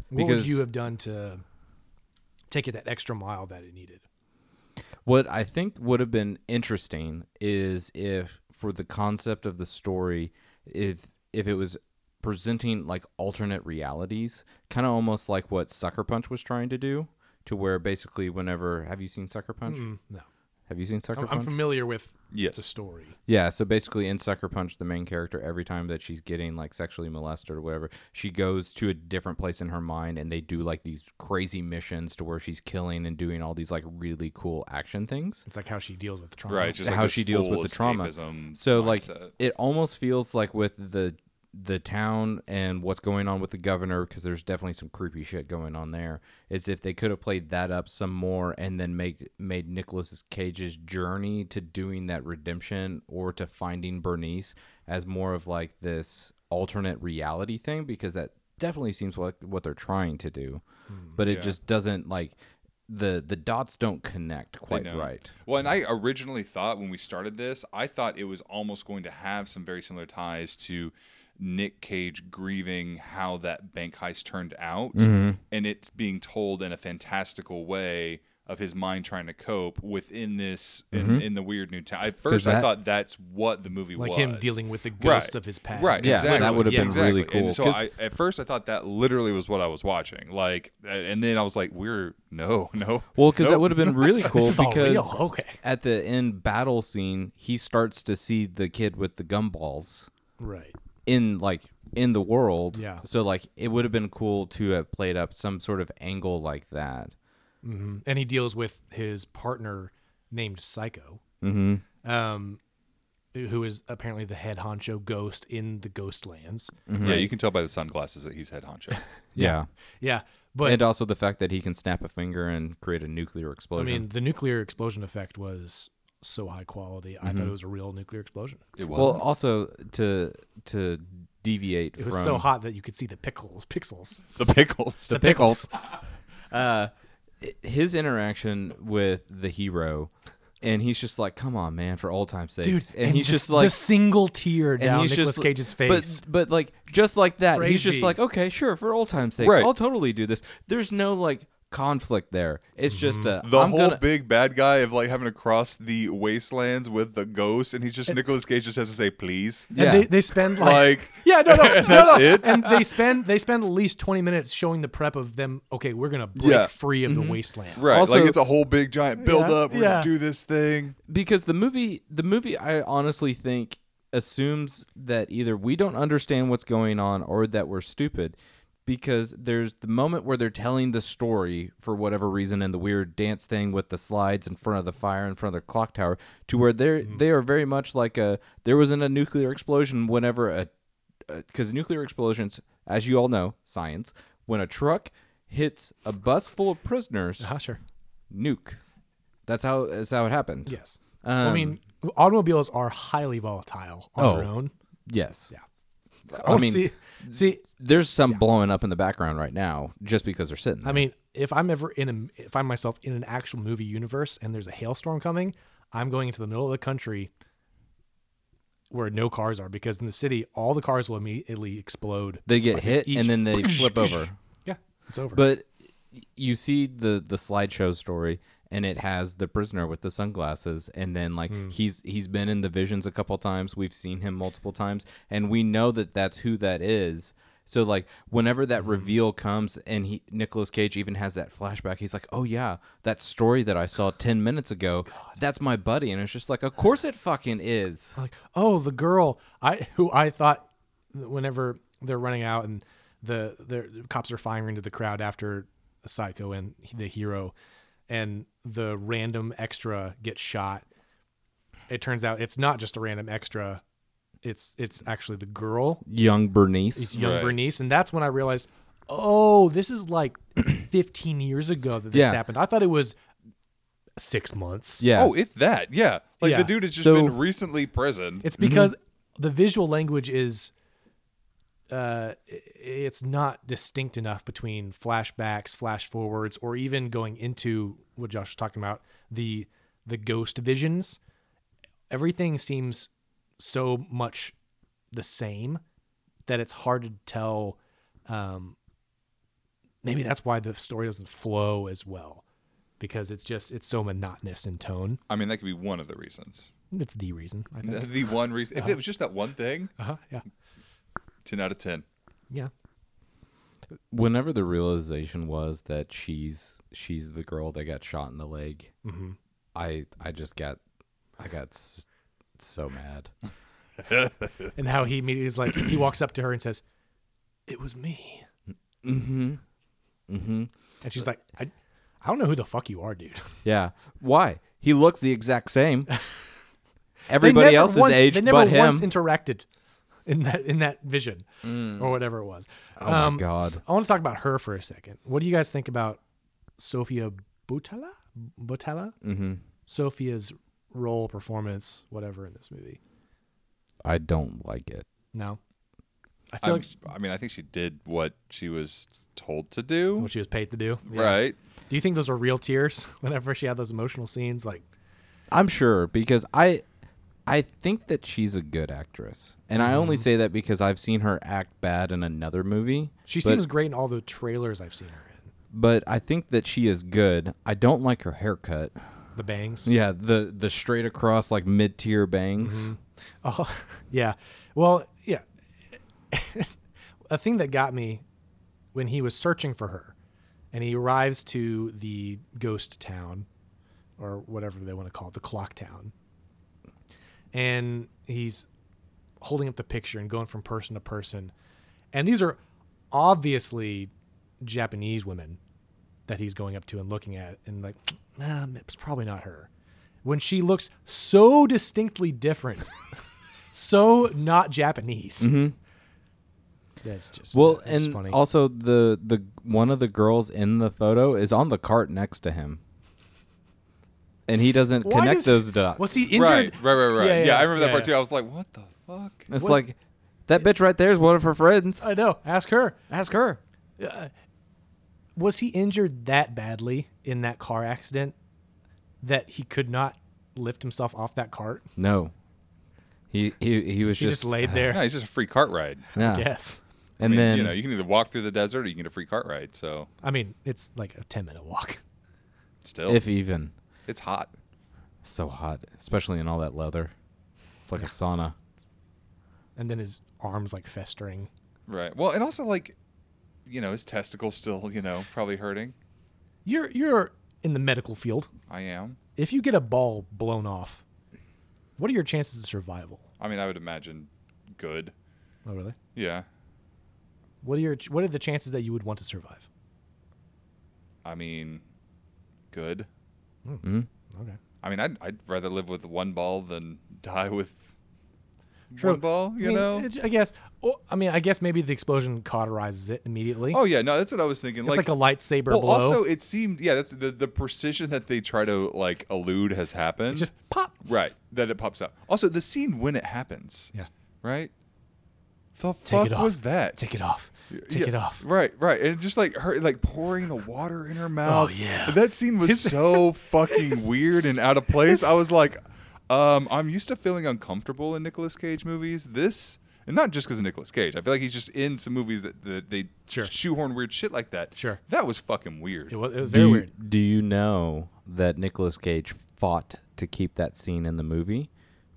Speaker 1: What would
Speaker 2: Because-
Speaker 1: you have done to take it that extra mile that it needed?
Speaker 2: What I think would have been interesting is if, for the concept of the story, if if it was presenting like alternate realities, kind of almost like what Sucker Punch was trying to do, to where basically whenever have you seen Sucker Punch?
Speaker 1: No,
Speaker 2: Have you seen Sucker
Speaker 1: Hmm. I'm, I'm
Speaker 2: Punch?
Speaker 1: familiar with
Speaker 3: Mm. Yes.
Speaker 1: the story.
Speaker 2: Yeah, so basically in Sucker Punch, the main character, every time that she's getting like sexually molested or whatever, she goes to a different place in her mind and they do like these crazy missions to where she's killing and doing all these like really cool action things.
Speaker 1: It's like how she deals with trauma.
Speaker 3: right? Just like
Speaker 2: how
Speaker 3: this
Speaker 2: she deals with
Speaker 3: full
Speaker 2: the trauma.
Speaker 3: escapism
Speaker 2: So like
Speaker 3: mindset.
Speaker 2: it almost feels like with the the town and what's going on with the governor because there's definitely some creepy shit going on there. Is if they could have played that up some more and then make made Nicolas Cage's journey to doing that redemption or to finding Bernice as more of like this alternate reality thing because that definitely seems like what they're trying to do,
Speaker 3: Hmm,
Speaker 2: but it just doesn't like the the dots don't connect
Speaker 3: They
Speaker 2: quite
Speaker 3: don't.
Speaker 2: right.
Speaker 3: Well, and I originally thought when we started this, I thought it was almost going to have some very similar ties to Nick Cage grieving how that bank heist turned out
Speaker 2: Mm-hmm.
Speaker 3: and it's being told in a fantastical way of his mind trying to cope within this in, in the weird new town. At first, I
Speaker 2: Mm-hmm. that-
Speaker 3: thought that's what the movie
Speaker 1: Like
Speaker 3: was.
Speaker 1: him dealing with the ghosts of his past.
Speaker 3: Right.
Speaker 2: Yeah,
Speaker 3: exactly.
Speaker 2: that would have
Speaker 1: Yeah.
Speaker 2: been really
Speaker 3: Exactly.
Speaker 2: cool.
Speaker 3: And so
Speaker 2: 'cause-
Speaker 3: I, at first, I thought that literally was what I was watching. Like, and then I was like, "We're no, no."
Speaker 2: Well, because that
Speaker 3: Nope.
Speaker 2: would have been really cool
Speaker 1: is all
Speaker 2: because
Speaker 1: real. Okay.
Speaker 2: at the end battle scene, he starts to see the kid with the gumballs
Speaker 1: Right.
Speaker 2: in like in the world.
Speaker 1: Yeah.
Speaker 2: So like it would have been cool to have played up some sort of angle like that.
Speaker 1: and he deals with his partner named Psycho,
Speaker 2: Mm-hmm.
Speaker 1: um, who is apparently the head honcho ghost in the Ghostlands.
Speaker 3: Yeah, you can tell by the sunglasses that he's head honcho.
Speaker 2: Yeah.
Speaker 1: Yeah, but
Speaker 2: and also the fact that he can snap a finger and create a nuclear
Speaker 1: I
Speaker 2: explosion.
Speaker 1: mean, the nuclear explosion effect was so high quality. I
Speaker 2: Mm-hmm.
Speaker 1: thought it was a real nuclear explosion.
Speaker 3: It was.
Speaker 2: well, also to to deviate
Speaker 1: It
Speaker 2: from
Speaker 1: was so hot that you could see the pickles, pixels,
Speaker 3: the pickles.
Speaker 1: the pickles. Uh,
Speaker 2: his interaction with the hero and he's just like, "Come on, man, for old time's sake."
Speaker 1: dude.
Speaker 2: and, he's just like
Speaker 1: the single tear down Nicolas Cage's face.
Speaker 2: But, but like just like that, he's
Speaker 1: Crazy.
Speaker 2: just like, okay, sure, for old time's sake,
Speaker 3: Right.
Speaker 2: I'll totally do this. There's no like conflict there. It's just a
Speaker 3: The
Speaker 2: I'm
Speaker 3: whole
Speaker 2: gonna-
Speaker 3: big bad guy of like having to cross the wastelands with the ghost, and he's just Nicholas Cage just has to say please.
Speaker 2: yeah.
Speaker 1: and they, they spend like,
Speaker 3: Like,
Speaker 1: yeah, no, no, no, no.
Speaker 3: it?
Speaker 1: And they spend they spend at least twenty minutes showing the prep of them. Okay, we're gonna break
Speaker 3: Yeah.
Speaker 1: free of
Speaker 2: Mm-hmm.
Speaker 1: the wasteland.
Speaker 3: Right,
Speaker 2: Also-
Speaker 3: like it's a whole big giant build up. We're
Speaker 1: yeah.
Speaker 3: gonna do this thing.
Speaker 2: because the movie, the movie, I honestly think assumes that either we don't understand what's going on or that we're stupid. Because there's the moment where they're telling the story for whatever reason, and the weird dance thing with the slides in front of the fire in front of the clock tower, to where they are they are very much like a there wasn't a nuclear explosion whenever a because nuclear explosions, as you all know, science, when a truck hits a bus full of prisoners,
Speaker 1: Ah, sure.
Speaker 2: nuke. That's how that's how it happened.
Speaker 1: Yes. I mean, automobiles are highly volatile on their
Speaker 2: Oh.
Speaker 1: own.
Speaker 2: Yes.
Speaker 1: Yeah.
Speaker 2: I
Speaker 1: Oh,
Speaker 2: mean-
Speaker 1: see, see,
Speaker 2: There's some blowing up in the background right now just because they're sitting.
Speaker 1: I
Speaker 2: There.
Speaker 1: mean, if I'm ever in a, if I'm myself in an actual movie universe and there's a hailstorm coming, I'm going into the middle of the country where no cars are because in the city all the cars will immediately explode.
Speaker 2: They get hit
Speaker 1: each-
Speaker 2: and then they flip over.
Speaker 1: Yeah, it's over.
Speaker 2: But you see the the slideshow story and it has the prisoner with the sunglasses and then like
Speaker 1: Hmm.
Speaker 2: he's he's been in the visions a couple times. We've seen him multiple times and we know that that's who that is. So like whenever
Speaker 1: Hmm.
Speaker 2: that reveal comes and he Nicolas Cage even has that flashback, he's like, "Oh yeah, that story that I saw 10 minutes ago, that's my buddy." And it's just like, "Of course it fucking is."
Speaker 1: like oh the girl i who i thought whenever they're running out and the the cops are firing into the crowd after psycho and the hero and the random extra gets shot it turns out it's not just a random extra it's it's actually the girl
Speaker 2: Young Bernice.
Speaker 1: young
Speaker 3: Right.
Speaker 1: bernice and that's when i realized oh this is like 15 years ago that this
Speaker 2: Yeah.
Speaker 1: happened i thought it was six months
Speaker 2: Yeah.
Speaker 3: Oh, if that, yeah. Like
Speaker 1: Yeah.
Speaker 3: the dude has just
Speaker 2: So-
Speaker 1: Mm-hmm.
Speaker 3: been recently prisoned.
Speaker 1: It's because the visual language is uh, i- it's not distinct enough between flashbacks, flash forwards, or even going into what Josh was talking about the the ghost visions. Everything seems so much the same that it's hard to tell. Um, maybe that's why the story doesn't flow as well because it's just it's so monotonous in tone.
Speaker 3: I mean, that could be one of the reasons.
Speaker 1: That's the reason I think.
Speaker 3: The one reason. If it was just that one thing,
Speaker 1: Uh-huh, yeah,
Speaker 3: 10 out of 10.
Speaker 1: yeah.
Speaker 2: Whenever the realization was that she's she's the girl that got shot in the leg,
Speaker 1: Mm-hmm.
Speaker 2: I I just got I got s- so mad.
Speaker 1: and how he immediately is like he walks up to her and says, "It was me,"
Speaker 2: Mm-hmm.
Speaker 1: and she's like, "I, I don't know who the fuck you are, dude."
Speaker 2: Yeah. Why? He looks the exact same. Everybody else is
Speaker 1: once, They
Speaker 2: aged
Speaker 1: never
Speaker 2: but him.
Speaker 1: once interacted in that in that vision or whatever it was. Oh
Speaker 2: Mm. my God.
Speaker 1: I want to talk about her for a second. What do you guys think about Sofia Butella? Butella? Mm-hmm. Sofia's role, performance, whatever in this movie.
Speaker 2: I don't like it.
Speaker 1: No, I feel
Speaker 3: I'm-
Speaker 1: like
Speaker 3: I mean, I think she did what she was told to do,
Speaker 1: what she was paid to do. Yeah.
Speaker 3: right?
Speaker 1: Do you think those are real tears whenever she had those emotional scenes? Like,
Speaker 2: I'm sure because I I think that she's a good actress. And I
Speaker 1: Mm-hmm.
Speaker 2: only say that because I've seen her act bad in another movie.
Speaker 1: She
Speaker 2: but,
Speaker 1: seems great in all the trailers I've seen her in.
Speaker 2: but I think that she is good. I don't like her haircut.
Speaker 1: The bangs.
Speaker 2: Yeah, the the straight across like mid-tier bangs.
Speaker 1: Oh, yeah. Well, yeah. A thing that got me when he was searching for her and he arrives to the ghost town or whatever they want to call it, the clock town. And he's holding up the picture and going from person to person. And these are obviously Japanese women that he's going up to and looking at and like, nah, it's probably not her. When she looks so distinctly different, so not Japanese. That's just
Speaker 2: Mm-hmm. Well,
Speaker 1: that's
Speaker 2: and
Speaker 1: funny.
Speaker 2: also the the one of the girls in the photo is on the cart next to him. And he doesn't
Speaker 1: Why
Speaker 2: connect
Speaker 1: does-
Speaker 2: those dots.
Speaker 1: was he
Speaker 3: Right,
Speaker 1: injured?
Speaker 3: right, right, right. Yeah, I remember that
Speaker 1: yeah,
Speaker 3: part
Speaker 1: yeah.
Speaker 3: too. I was like, what the fuck?
Speaker 2: It's
Speaker 1: Was-
Speaker 2: like that bitch right there is one of her friends.
Speaker 1: I know. Ask her.
Speaker 2: Ask her.
Speaker 1: was he injured that badly in that car accident that he could not lift himself off that cart?
Speaker 2: No. He he he was
Speaker 1: He just,
Speaker 2: just,
Speaker 1: laid
Speaker 3: No,
Speaker 1: there.
Speaker 3: it's just a free cart ride.
Speaker 2: yeah.
Speaker 1: yes.
Speaker 2: And
Speaker 3: I mean,
Speaker 2: then
Speaker 3: you know, you can either walk through the desert or you can get a free cart ride. So
Speaker 1: I mean, it's like a 10 minute walk.
Speaker 3: still,
Speaker 2: if even
Speaker 3: it's hot.
Speaker 2: so hot, especially in all that leather. It's like a sauna.
Speaker 1: And then his arms like festering.
Speaker 3: Right. Well, and also like, you know, his testicles still, you know, probably hurting.
Speaker 1: You're you're in the medical field.
Speaker 3: I am.
Speaker 1: If you get a ball blown off, what are your chances of survival?
Speaker 3: I mean, I would imagine good.
Speaker 1: Oh, really?
Speaker 3: Yeah.
Speaker 1: What are your what are the chances that you would want to survive?
Speaker 3: I mean, good.
Speaker 1: Okay.
Speaker 3: I mean, I'd, I'd rather live with one ball than die with
Speaker 1: True.
Speaker 3: one ball, you
Speaker 1: I mean,
Speaker 3: know?
Speaker 1: it- I guess. oh, I mean, I guess maybe the explosion cauterizes it immediately.
Speaker 3: oh, yeah. No, that's what I was thinking.
Speaker 1: it's like, a lightsaber
Speaker 3: well,
Speaker 1: blow.
Speaker 3: also, it seemed, yeah, that's the, the precision that they try to, like, elude has happened.
Speaker 1: just pop.
Speaker 3: right. That it pops up. Also, the scene when it happens,
Speaker 1: Yeah.
Speaker 3: right? The
Speaker 1: Take
Speaker 3: fuck
Speaker 1: it off.
Speaker 3: was that?
Speaker 1: Take it off. Take
Speaker 3: Yeah,
Speaker 1: it off. Oh,
Speaker 3: Right, right. And just like her like pouring the water in her mouth.
Speaker 1: yeah.
Speaker 3: That scene was so fucking weird and out of place. I was like, um, I'm used to feeling uncomfortable in Nicolas Cage movies. This and not just because of Nicolas Cage. I feel like he's just in some movies that, that they
Speaker 1: Sure.
Speaker 3: shoehorn weird shit like that.
Speaker 1: Sure.
Speaker 3: That was fucking weird.
Speaker 1: It was, it was
Speaker 2: Do
Speaker 1: very
Speaker 2: you,
Speaker 1: weird.
Speaker 2: do you know that Nicolas Cage fought to keep that scene in the movie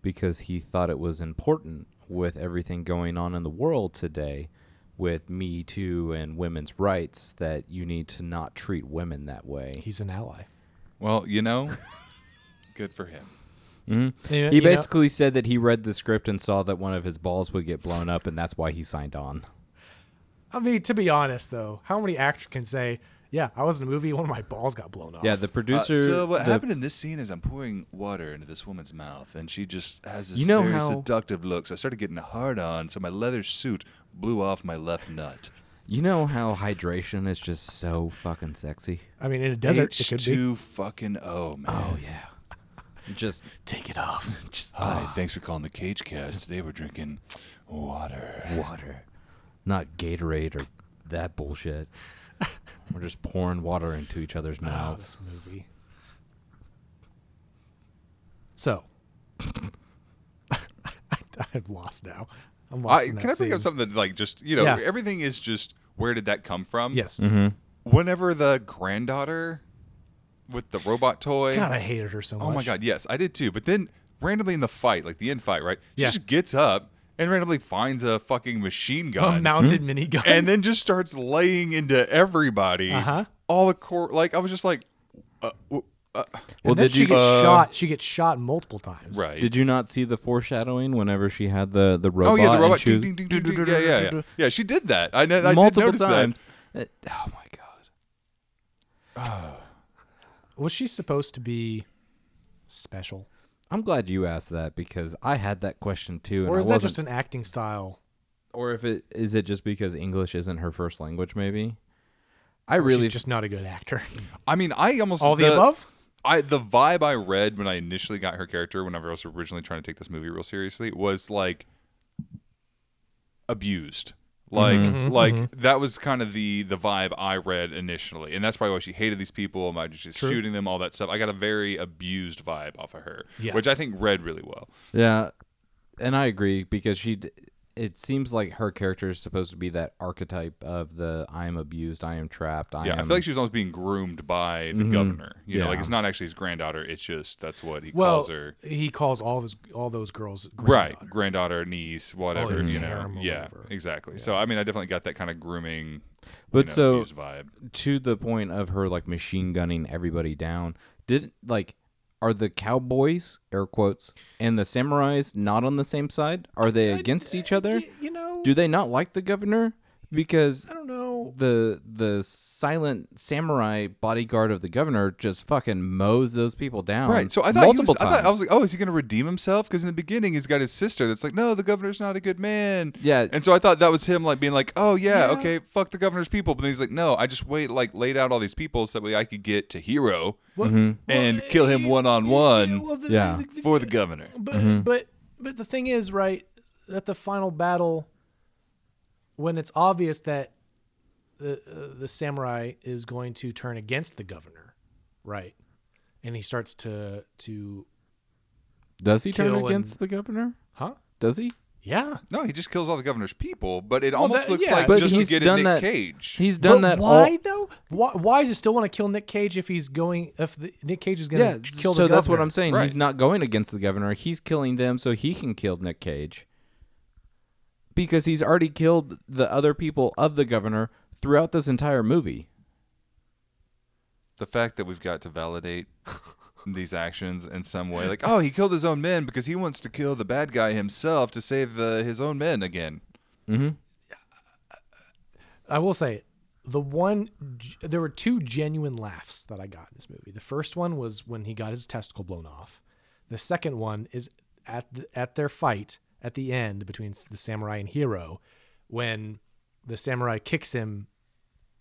Speaker 2: because he thought it was important with everything going on in the world today with Me Too and women's rights that you need to not treat women that way.
Speaker 1: He's an ally.
Speaker 3: Well, you know, good for him.
Speaker 1: You-
Speaker 2: He
Speaker 1: you know-
Speaker 2: basically said that he read the script and saw that one of his balls would get blown up, and that's why he signed on.
Speaker 1: I mean, to be honest though, how many actors can say, "Yeah, I was in a movie. One of my balls got blown off."
Speaker 2: Yeah, the
Speaker 3: Uh,
Speaker 2: producer.
Speaker 3: so what
Speaker 2: the-
Speaker 3: happened in this scene is I'm pouring water into this woman's mouth, and she just has this
Speaker 2: You know
Speaker 3: very
Speaker 2: how-
Speaker 3: seductive look. So I started getting a hard on, so my leather suit blew off my left nut.
Speaker 2: You know how hydration is just so fucking sexy.
Speaker 1: I mean, in a desert,
Speaker 3: H
Speaker 1: it could be. Oh.
Speaker 3: two fucking O, man.
Speaker 2: Oh, yeah, just
Speaker 1: Take it off.
Speaker 3: Hi, thanks for calling the Cage Cast. Today we're drinking water.
Speaker 2: water. not Gatorade or that bullshit. We're just pouring water into each other's mouths.
Speaker 1: movie. So, I, I've lost now. I'm lost.
Speaker 3: I,
Speaker 1: in that
Speaker 3: can I bring up
Speaker 1: scene.
Speaker 3: something that, like just you know
Speaker 1: Yeah.
Speaker 3: everything is just where did that come from?
Speaker 1: Yes.
Speaker 2: Mm-hmm.
Speaker 3: Whenever the granddaughter with the robot toy.
Speaker 1: God, I hated her so much.
Speaker 3: oh my god, yes, I did too. But then randomly in the fight, like the end fight, right? She
Speaker 1: Yeah.
Speaker 3: just gets up and randomly finds a fucking machine
Speaker 1: A
Speaker 3: gun.
Speaker 1: mounted
Speaker 2: Mm-hmm.
Speaker 1: minigun.
Speaker 3: and then just starts laying into everybody.
Speaker 1: Uh-huh.
Speaker 3: All the core, like I was just like, uh, w- uh,
Speaker 2: Well,
Speaker 1: then
Speaker 2: did
Speaker 1: she
Speaker 2: you
Speaker 1: gets
Speaker 2: uh,
Speaker 1: shot? She gets shot multiple times.
Speaker 3: right?
Speaker 2: Did you not see the foreshadowing whenever she had the the robot?
Speaker 3: oh yeah, the
Speaker 2: and
Speaker 3: robot.
Speaker 2: she
Speaker 3: Ding,
Speaker 2: was-
Speaker 3: ding, ding, ding, ding, yeah, yeah, yeah, yeah. She did that. I, kn- I did
Speaker 2: multiple
Speaker 3: notice that.
Speaker 2: times. It- oh my god!
Speaker 1: Was she supposed to be special,
Speaker 2: I'm glad you asked that because I had that question too, and
Speaker 1: or
Speaker 2: I
Speaker 1: is that
Speaker 2: wasn't.
Speaker 1: just an acting style?
Speaker 2: or if it is it just because English isn't her first language? Maybe. I really
Speaker 1: She's just not a good actor.
Speaker 3: I mean, I almost
Speaker 1: All the, above.
Speaker 3: I the vibe I read when I initially got her character, whenever I was originally trying to take this movie real seriously, was like abused. Like,
Speaker 1: Mm-hmm,
Speaker 3: like that was kind of the the vibe I read initially, and that's probably why she hated these people. Am I just shooting them? All that stuff. I got a very abused vibe off of her,
Speaker 1: Yeah.
Speaker 3: which I think read really well.
Speaker 2: Yeah, and I agree because she. d- It seems like her character is supposed to be that archetype of the "I am abused, I am trapped, I
Speaker 3: Yeah, I
Speaker 2: am." Mm-hmm.
Speaker 3: feel like she was almost being groomed by the governor. You know, like
Speaker 2: Yeah.
Speaker 3: it's not actually his granddaughter; it's just that's what he
Speaker 1: Well,
Speaker 3: calls her.
Speaker 1: he calls all of his all those girls
Speaker 3: right
Speaker 1: granddaughter.
Speaker 3: granddaughter niece whatever
Speaker 1: it's
Speaker 3: you
Speaker 1: a
Speaker 3: know
Speaker 1: harem or
Speaker 3: yeah
Speaker 1: whatever.
Speaker 3: exactly so i mean i definitely got that kind of grooming
Speaker 2: But
Speaker 3: you know,
Speaker 2: so-
Speaker 3: abused vibe
Speaker 2: to the point of her like machine gunning everybody down. Did like are the cowboys air quotes and the samurais not on the same side? Are they against
Speaker 3: uh,
Speaker 2: each other?
Speaker 1: Y- You know,
Speaker 2: Do they not like the governor? Because
Speaker 1: I don't know.
Speaker 2: the the silent samurai bodyguard of the governor just fucking mows those people down.
Speaker 3: right so i thought,
Speaker 2: multiple
Speaker 3: he was,
Speaker 2: times.
Speaker 3: I, thought I was like oh is he going to redeem himself because in the beginning he's got his sister that's like no the governor's not a good man
Speaker 2: Yeah.
Speaker 3: and so i thought that was him like being like oh yeah, okay fuck the governor's people but then he's like no i just wait like laid out all these people so that way i could get to hero and kill him one-on-one
Speaker 1: Well, the-
Speaker 2: Mm-hmm. Yeah.
Speaker 1: the- the-
Speaker 3: for the governor
Speaker 1: But
Speaker 2: Mm-hmm.
Speaker 1: but but the thing is, right, at the final battle, when it's obvious that the uh, the samurai is going to turn against the governor, right, and he starts to to
Speaker 2: Does he turn
Speaker 1: Kill
Speaker 2: against the governor?
Speaker 1: huh
Speaker 2: Does he?
Speaker 1: yeah.
Speaker 3: no he just kills all the governor's people but it almost
Speaker 1: that-
Speaker 3: looks
Speaker 1: yeah.
Speaker 3: like
Speaker 2: But
Speaker 3: just to
Speaker 2: he's
Speaker 3: get
Speaker 2: done
Speaker 3: a Nick
Speaker 2: that.
Speaker 3: cage
Speaker 2: He's done
Speaker 1: But
Speaker 2: that.
Speaker 1: why
Speaker 2: all-
Speaker 1: though? Why, why does he still want to kill Nick Cage if he's going? If the, Nick Cage is going
Speaker 2: yeah.
Speaker 1: to kill the
Speaker 2: so
Speaker 1: governor?
Speaker 2: that's what I'm saying.
Speaker 3: Right.
Speaker 2: He's not going against the governor. He's killing them so he can kill Nick Cage. Because he's already killed the other people of the governor throughout this entire movie.
Speaker 3: the fact that we've got to validate these actions in some way like oh he killed his own men because he wants to kill the bad guy himself to save the, his own men again
Speaker 1: I will say, the one g- there were two genuine laughs that I got in this movie. The first one was when he got his testicle blown off. The second one is at the, at their fight at the end between s- the samurai and hero, when the samurai kicks him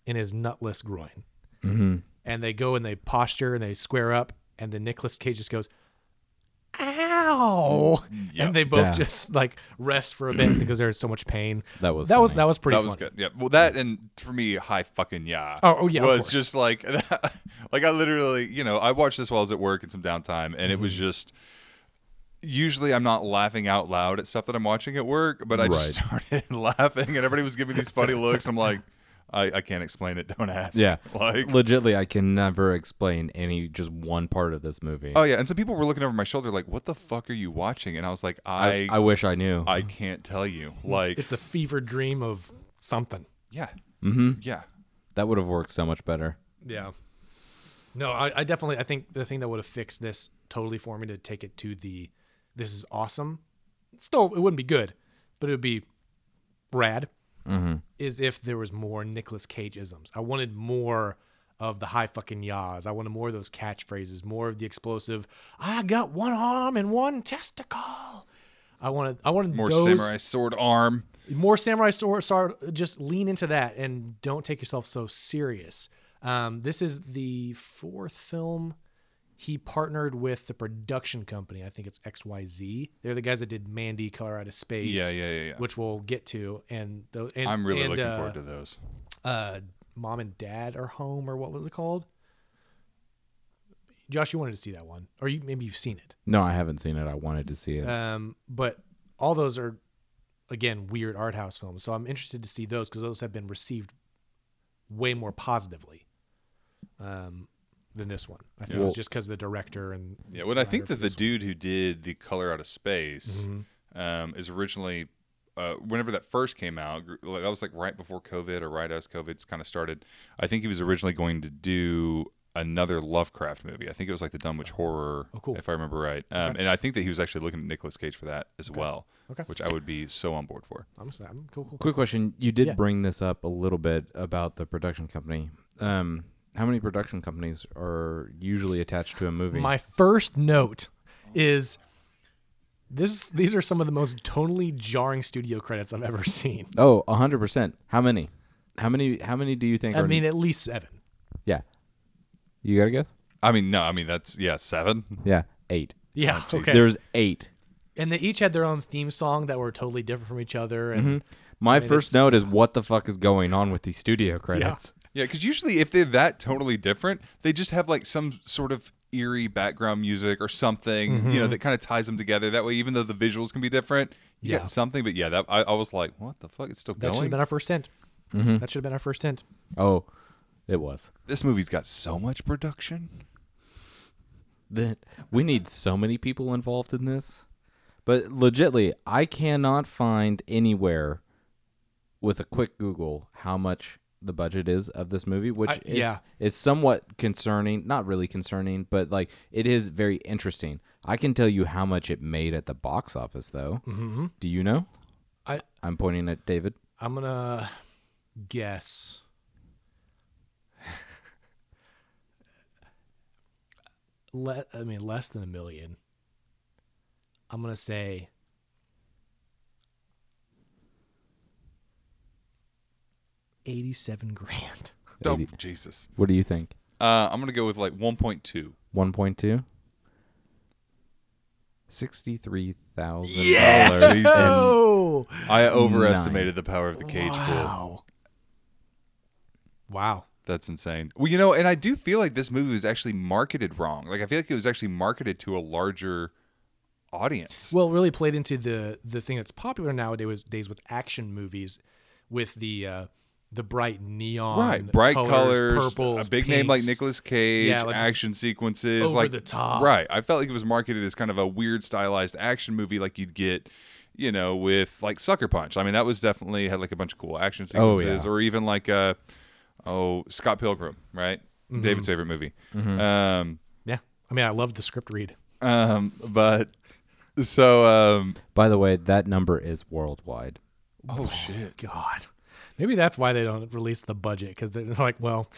Speaker 1: in his nutless groin, mm-hmm. and they go and they posture and they square up, and then Nicholas Cage just goes. Ow! And they both
Speaker 2: Yeah.
Speaker 1: just like rest for a bit because they're in so much pain.
Speaker 2: That was
Speaker 1: that was
Speaker 2: funny.
Speaker 1: that was pretty.
Speaker 3: that was
Speaker 1: funny.
Speaker 3: good yeah well that and for me high fucking yeah
Speaker 1: Oh, oh, yeah, of
Speaker 3: was
Speaker 1: course.
Speaker 3: just like like i literally you know i watched this while i was at work in some downtime and it
Speaker 1: Mm-hmm.
Speaker 3: was just usually i'm not laughing out loud at stuff that i'm watching at work but i just started laughing and everybody was giving these funny looks i'm like I, I can't explain it don't ask like
Speaker 2: legitly, I can never explain any just one part of this movie.
Speaker 3: Oh yeah, and some people were looking over my shoulder like, "What the fuck are you watching?" And I was like,
Speaker 2: I,
Speaker 3: "I,
Speaker 2: I wish I knew.
Speaker 3: I, can't tell you." Like,
Speaker 1: it's a fever dream of something.
Speaker 3: yeah, mm-hmm. yeah,
Speaker 2: that would have worked so much better.
Speaker 1: Yeah. No, I, I definitely I think the thing that would have fixed this totally for me to take it to the this is awesome. Still, it wouldn't be good, but it would be rad. Is if there was more Nicolas Cage isms. I wanted more of the high fucking yahs. I wanted more of those catchphrases, more of the explosive. I got one arm and one testicle. I wanted I wanted
Speaker 3: more
Speaker 1: those,
Speaker 3: samurai sword arm.
Speaker 1: more samurai sword, sword just lean into that and don't take yourself so serious um, this is the fourth film he partnered with the production company. I think it's XYZ. They're the guys that did Mandy, Color Out of Space.
Speaker 3: Yeah, yeah, yeah, yeah.
Speaker 1: Which we'll get to. And the and,
Speaker 3: I'm really
Speaker 1: and,
Speaker 3: looking
Speaker 1: uh,
Speaker 3: forward to those.
Speaker 1: uh, Mom and Dad Are Home, or what was it called? Josh, you wanted to see that one, or you, maybe you've seen it.
Speaker 2: No, I haven't seen it. I wanted to see it.
Speaker 1: Um, but all those are, again, weird art house films. So I'm interested to see those because those have been received way more positively um, than this one. I think
Speaker 2: Yeah.
Speaker 1: it's just because the director and
Speaker 3: Yeah, when I think that the dude who did the color out of space
Speaker 1: Mm-hmm.
Speaker 3: um, is originally, uh, whenever that first came out, gr- like, that was like right before COVID or right as COVID kind of started. I think he was originally going to do another Lovecraft movie. I think it was like the Dunwich Horror,
Speaker 1: Oh, cool.
Speaker 3: if I remember right. Um, And I think that he was actually looking at Nicolas Cage for that as well,
Speaker 1: Okay.
Speaker 3: which I would be so on board for.
Speaker 1: I'm, sorry, I'm cool, cool.
Speaker 2: Quick question: You did
Speaker 1: Yeah.
Speaker 2: bring this up a little bit about the production company. Um, how many production companies are usually attached to a movie?
Speaker 1: My first note is this. These are some of the most tonally jarring studio credits I've ever seen.
Speaker 2: oh, hundred percent. How many? How many? How many do you think?
Speaker 1: I
Speaker 2: are,
Speaker 1: mean, at least seven.
Speaker 2: Oh, yeah. You got to guess?
Speaker 3: I mean, no, I mean, that's, yeah, seven.
Speaker 2: Yeah, eight.
Speaker 1: Yeah. okay.
Speaker 2: There's eight.
Speaker 1: and they each had their own theme song that were totally different from each other. And
Speaker 2: My
Speaker 1: it's-
Speaker 2: first note is what the fuck is going on with these studio credits?
Speaker 3: Yeah, because usually if they're that totally different, they just have like some sort of eerie background music or something, you know,
Speaker 1: Mm-hmm.
Speaker 3: that kind of ties them together. That way, even though the visuals can be different, you
Speaker 1: Yeah.
Speaker 3: got something. But yeah, that I, I was like, what the fuck? It's still
Speaker 1: that should
Speaker 3: going.
Speaker 1: have been our first hint.
Speaker 2: Mm-hmm.
Speaker 1: That should have been our first hint.
Speaker 2: Oh, it was.
Speaker 3: this movie's got so much production.
Speaker 2: that we need so many people involved in this. But legitly, I cannot find anywhere with a quick Google how much the budget is of this movie, which
Speaker 1: I-
Speaker 2: is,
Speaker 1: yeah.
Speaker 2: is somewhat concerning. Not really concerning, but like it is very interesting. I can tell you how much it made at the box office, though. Mm-hmm. Do you know?
Speaker 1: I
Speaker 2: I'm pointing at David.
Speaker 1: I'm gonna guess. Le- I mean, less than a million. I'm gonna say. Eighty-seven grand.
Speaker 3: Oh, Jesus.
Speaker 2: What do you think?
Speaker 3: Uh, I'm going to go with like 1.2.
Speaker 2: 1.2? $63,000.
Speaker 3: Jesus.
Speaker 2: and-
Speaker 1: Oh
Speaker 3: I overestimated the power of the cage pool.
Speaker 1: wow! Wow.
Speaker 3: That's insane. Well, you know, and I do feel like this movie was actually marketed wrong. Like, I feel like it was actually marketed to a larger audience.
Speaker 1: Well, it really played into the the thing that's popular nowadays days with action movies, with the uh, the bright neon,
Speaker 3: right bright colors,
Speaker 1: purples,
Speaker 3: a big name like
Speaker 1: pinks.
Speaker 3: Nicolas Cage,
Speaker 1: Yeah, like this
Speaker 3: action sequences,
Speaker 1: over
Speaker 3: like
Speaker 1: the top.
Speaker 3: Right, I felt like it was marketed as kind of a weird stylized action movie, like you'd get, you know, with like Sucker Punch. I mean, that was definitely had like a bunch of cool action
Speaker 2: Oh,
Speaker 3: sequences,
Speaker 2: yeah.
Speaker 3: or even like uh, oh Scott Pilgrim, right?
Speaker 1: Mm-hmm.
Speaker 3: David's favorite movie.
Speaker 2: Mm-hmm.
Speaker 3: Um,
Speaker 1: Yeah, I mean, I love the script read.
Speaker 3: um, but so um,
Speaker 2: By the way, that number is worldwide.
Speaker 3: oh shit.
Speaker 1: God, maybe that's why they don't release the budget because they're like, well,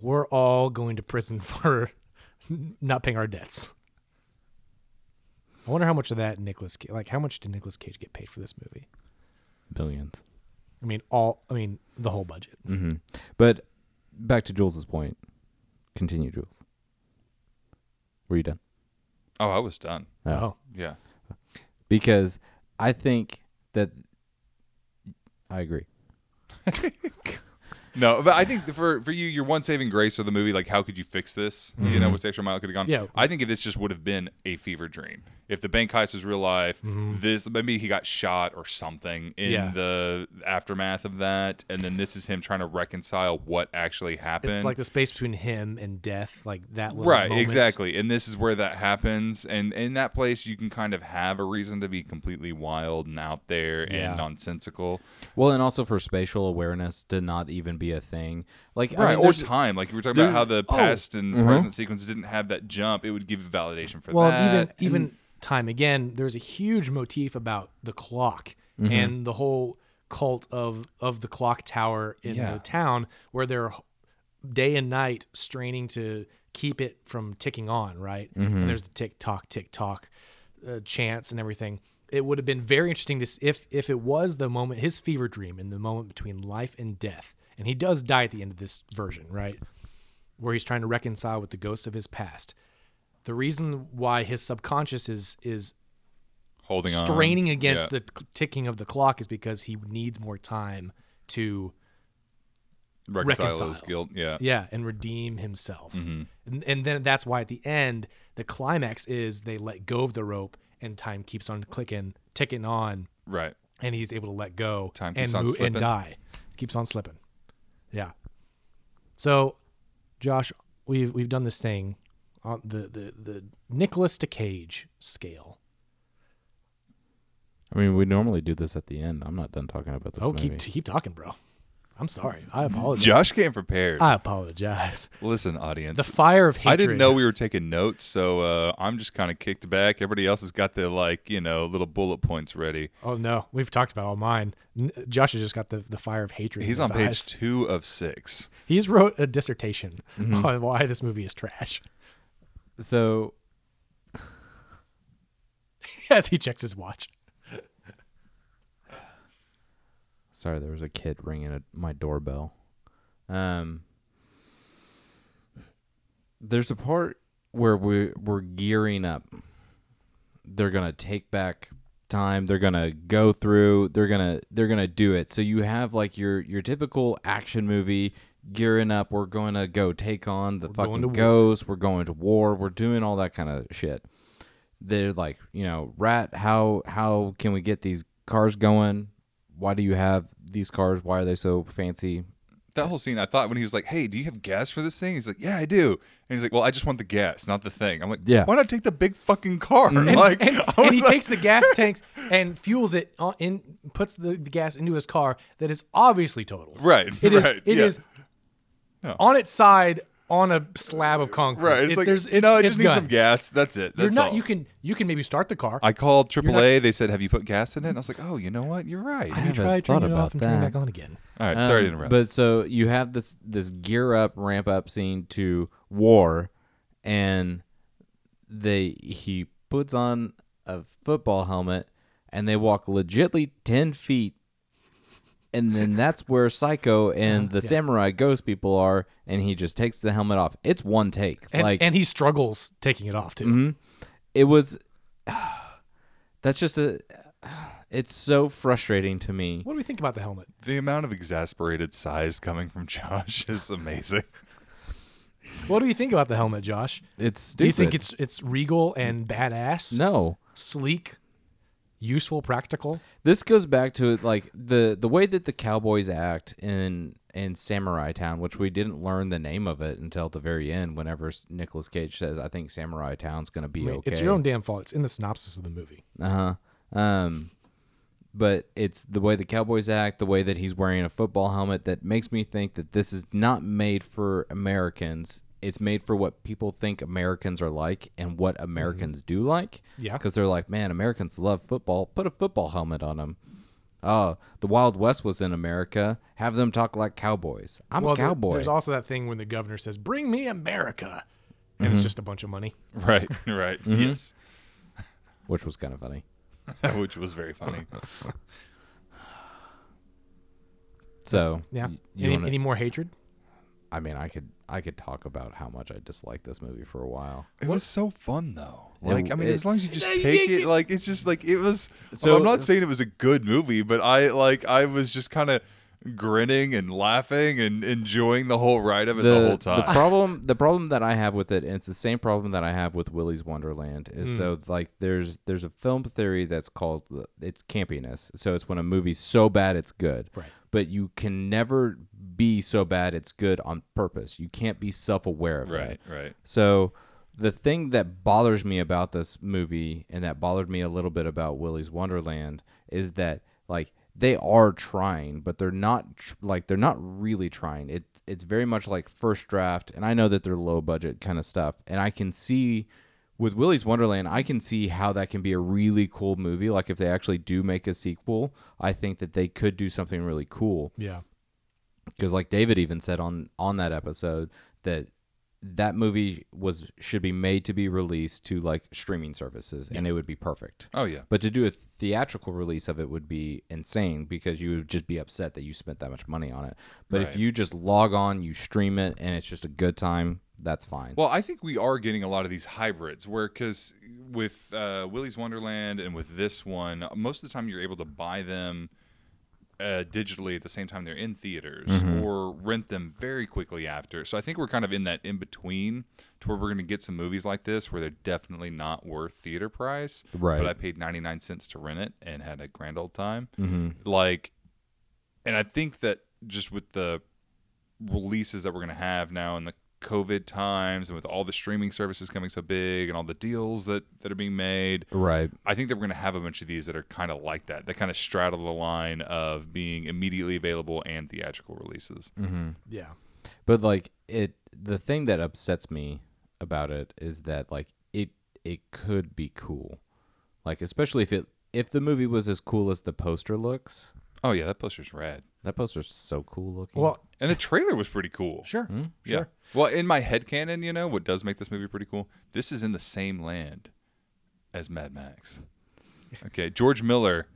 Speaker 1: we're all going to prison for not paying our debts. I wonder how much of that Nicholas, like, how much did Nicholas Cage get paid for this movie?
Speaker 2: Billions.
Speaker 1: I mean, all, I mean, the whole budget.
Speaker 3: Mm-hmm.
Speaker 2: But back to Jules's point. Continue, Jules. Were you done?
Speaker 3: Oh, I was done.
Speaker 1: Oh,
Speaker 3: Yeah.
Speaker 2: Because I think that I agree.
Speaker 3: No, but I think for for you, your one saving grace of the movie, like how could you fix this? You know, what's the extra mile could have gone?
Speaker 1: Mm-hmm. Yeah.
Speaker 3: I think if this just would have been a fever dream, if the bank heist was real life, this maybe he got shot or something in
Speaker 1: Mm-hmm. Yeah.
Speaker 3: the aftermath of that, and then this is him trying to reconcile what actually happened.
Speaker 1: It's like the space between him and death, like that little
Speaker 3: right
Speaker 1: moment.
Speaker 3: exactly and this is where that happens and in that place you can kind of have a reason to be completely wild and out there
Speaker 1: Yeah.
Speaker 3: and nonsensical
Speaker 2: Well, and also for spatial awareness to not even be a thing. Like I
Speaker 3: right
Speaker 2: mean,
Speaker 3: or
Speaker 2: there's-
Speaker 3: time like you were talking about
Speaker 2: there's-
Speaker 3: how the
Speaker 2: oh,
Speaker 3: past and present sequence didn't have that jump it would give validation for
Speaker 1: mm-hmm. Well,
Speaker 3: that
Speaker 1: even even time again, there's a huge motif about the clock and the whole cult of of the clock tower in
Speaker 3: Yeah.
Speaker 1: the town where they're h- day and night straining to keep it from ticking on, right? And there's the tick tock tick tock uh, chants and everything. It would have been very interesting to s- if if it was the moment his fever dream in the moment between life and death. And he does die at the end of this version, right? where he's trying to reconcile with the ghosts of his past. The reason why his subconscious is is
Speaker 3: Holding on.
Speaker 1: straining against
Speaker 3: Yeah.
Speaker 1: the c- ticking of the clock is because he needs more time to
Speaker 3: reconcile, his
Speaker 1: reconcile.
Speaker 3: guilt. Yeah.
Speaker 1: yeah and redeem himself
Speaker 3: Mm-hmm.
Speaker 1: and, and then that's why at the end the climax is they let go of the rope and time keeps on clicking ticking on
Speaker 3: Right.
Speaker 1: and he's able to let go
Speaker 3: Time
Speaker 1: and,
Speaker 3: keeps on
Speaker 1: mo- and
Speaker 3: slipping.
Speaker 1: die keeps on slipping yeah so josh we've we've done this thing on the the the nicholas to cage scale
Speaker 2: I mean, we normally do this at the end. I'm not done talking about this
Speaker 1: oh
Speaker 2: movie.
Speaker 1: keep keep talking bro i'm sorry i apologize
Speaker 3: Josh came prepared.
Speaker 1: i apologize
Speaker 3: Listen, audience.
Speaker 1: Uh, the fire of hatred
Speaker 3: I didn't know we were taking notes, so uh, I'm just kind of kicked back. Everybody else has got their like, you know, little bullet points ready.
Speaker 1: Oh no, we've talked about all mine. N- Josh has just got the, the fire of hatred. in
Speaker 3: He's
Speaker 1: his
Speaker 3: on page
Speaker 1: eyes.
Speaker 3: two of six.
Speaker 1: He's wrote a dissertation
Speaker 3: Mm-hmm.
Speaker 1: on why this movie is trash.
Speaker 2: So
Speaker 1: As he checks his watch.
Speaker 2: Sorry, there was a kid ringing at my doorbell. Um, there's a part where we we're gearing up. They're gonna take back time. They're gonna go through. They're gonna they're gonna do it. So you have like your your typical action movie gearing up. We're gonna go take on the
Speaker 1: going to
Speaker 2: fucking
Speaker 1: war.
Speaker 2: ghosts. We're going to war. We're doing all that kind of shit they're like, you know, rat, how how can we get these cars going? Why do you have these cars? Why are they so fancy?
Speaker 3: That whole scene, I thought when he was like, "Hey, do you have gas for this thing?" He's like, "Yeah, I do." And he's like, "Well, I just want the gas, not the thing." I'm like,
Speaker 2: Yeah.
Speaker 3: Why not take the big fucking car?" like,
Speaker 1: Mm-hmm. and,
Speaker 3: I
Speaker 1: and
Speaker 3: was
Speaker 1: he
Speaker 3: like-
Speaker 1: takes the gas tanks and fuels it on, in puts the, the gas into his car that is obviously totaled.
Speaker 3: Right,
Speaker 1: It is.
Speaker 3: right,
Speaker 1: It is
Speaker 3: yeah. No.
Speaker 1: on its side on a slab of concrete.
Speaker 3: right. It's
Speaker 1: It-
Speaker 3: like,
Speaker 1: there's- it's-
Speaker 3: no, I
Speaker 1: it's
Speaker 3: just need
Speaker 1: gone.
Speaker 3: some gas. That's it. That's
Speaker 1: You're not.
Speaker 3: all.
Speaker 1: You can. You can maybe start the car.
Speaker 3: I called AAA. They said, "Have you put gas in it?" And I was like, "Oh, you know what? You're right."
Speaker 2: I haven't
Speaker 1: Try
Speaker 2: thought
Speaker 1: turning it
Speaker 2: about
Speaker 1: off and turning it
Speaker 2: that.
Speaker 1: back on again.
Speaker 3: All right, sorry to
Speaker 2: Um,
Speaker 3: interrupt.
Speaker 2: But so you have this this gear up, ramp up scene to war, and they he puts on a football helmet, and they walk legitly ten feet, and then that's where Psycho and the samurai ghost people are, and he just takes the helmet off. It's one take,
Speaker 1: And,
Speaker 2: like Mm-hmm.
Speaker 1: and he struggles taking it off too.
Speaker 2: it was. That's just a. It's so frustrating to me.
Speaker 1: What do we think about the helmet?
Speaker 3: the amount of exasperated sighs coming from Josh is amazing.
Speaker 1: What do you think about the helmet, Josh?
Speaker 2: It's
Speaker 1: Do
Speaker 2: stupid.
Speaker 1: you think it's it's regal and badass,
Speaker 2: no?
Speaker 1: sleek, useful, practical?
Speaker 2: this goes back to like the the way that the cowboys act in in samurai town which we didn't learn the name of it until the very end whenever nicholas cage says i think samurai town's gonna be
Speaker 1: I mean,
Speaker 2: okay
Speaker 1: It's your own damn fault. It's in the synopsis of the movie.
Speaker 2: uh-huh um but it's the way the cowboys act the way that he's wearing a football helmet that makes me think that this is not made for americans it's made for what people think americans are like and what americans do like
Speaker 1: Mm-hmm. Yeah.
Speaker 2: because they're like man americans love football put a football helmet on them Oh, the Wild West was in America. Have them talk like cowboys. I'm a
Speaker 1: there-
Speaker 2: cowboy.
Speaker 1: There's also that thing when the governor says, "Bring me America," and
Speaker 2: Mm-hmm.
Speaker 1: it's just a bunch of money.
Speaker 3: Right, right.
Speaker 1: mm-hmm.
Speaker 3: Yes.
Speaker 2: which was kind of funny.
Speaker 3: Which was very funny.
Speaker 2: So
Speaker 1: Yeah.
Speaker 2: y- you
Speaker 1: any,
Speaker 2: wanna-
Speaker 1: any more hatred?
Speaker 2: I mean, I could I could talk about how much I disliked this movie for a while.
Speaker 3: It was so fun though. Like I mean,
Speaker 2: it-
Speaker 3: as long as you just take it, like it's just like it was. So
Speaker 2: So
Speaker 3: I'm not
Speaker 2: this-
Speaker 3: saying it was a good movie, but I like I was just kind of grinning and laughing and enjoying the whole ride of it the, whole time.
Speaker 2: problem the problem that I have with it, and it's the same problem that I have with Willy's Wonderland, is
Speaker 3: Hmm.
Speaker 2: so like there's there's a film theory that's called it's campiness. So it's when a movie's so bad it's good.
Speaker 1: Right.
Speaker 2: But you can never be so bad it's good on purpose. You can't be self aware of
Speaker 3: right,
Speaker 2: it.
Speaker 3: right.
Speaker 2: So the thing that bothers me about this movie and that bothered me a little bit about Willy's Wonderland is that like they are trying, but they're not tr- like they're not really trying. It it's very much like first draft, and I know that they're low budget kind of stuff, and I can see with Willy's Wonderland, I can see how that can be a really cool movie. Like if they actually do make a sequel, I think that they could do something really cool
Speaker 1: Yeah.
Speaker 2: because like David even said on on that episode that that movie was should be made to be released to like streaming services and it would be perfect.
Speaker 3: Oh yeah.
Speaker 2: But to do a theatrical release of it would be insane because you would just be upset that you spent that much money on it. But if
Speaker 3: Right.
Speaker 2: you just log on, you stream it, and it's just a good time, That's fine.
Speaker 3: Well, I think we are getting a lot of these hybrids where, because with uh, Willy's Wonderland and with this one, most of the time you're able to buy them uh, digitally at the same time they're in theaters or rent them very quickly after. So I think we're kind of in that in between to where we're going to get some movies like this where they're definitely not worth theater price.
Speaker 2: Right.
Speaker 3: But I paid 99 cents to rent it and had a grand old time.
Speaker 2: Mm-hmm.
Speaker 3: Like, and I think that just with the releases that we're going to have now in the COVID times and with all the streaming services coming so big and all the deals that, that are being made,
Speaker 2: right.
Speaker 3: I think that we're going to have a bunch of these that are kind of like that, that kind of straddle the line of being immediately available and theatrical releases.
Speaker 2: Mm-hmm.
Speaker 1: Yeah.
Speaker 2: But like it the thing that upsets me about it is that like it it could be cool. Like especially if it if the movie was as cool as the poster looks.
Speaker 3: Oh, yeah, that poster's rad.
Speaker 2: That poster's so cool looking.
Speaker 1: Well,
Speaker 3: And the trailer was pretty cool.
Speaker 1: sure.
Speaker 3: Yeah.
Speaker 1: Sure.
Speaker 3: Well, in my head canon, you know, what does make this movie pretty cool? This is in the same land as Mad Max. Okay, George Miller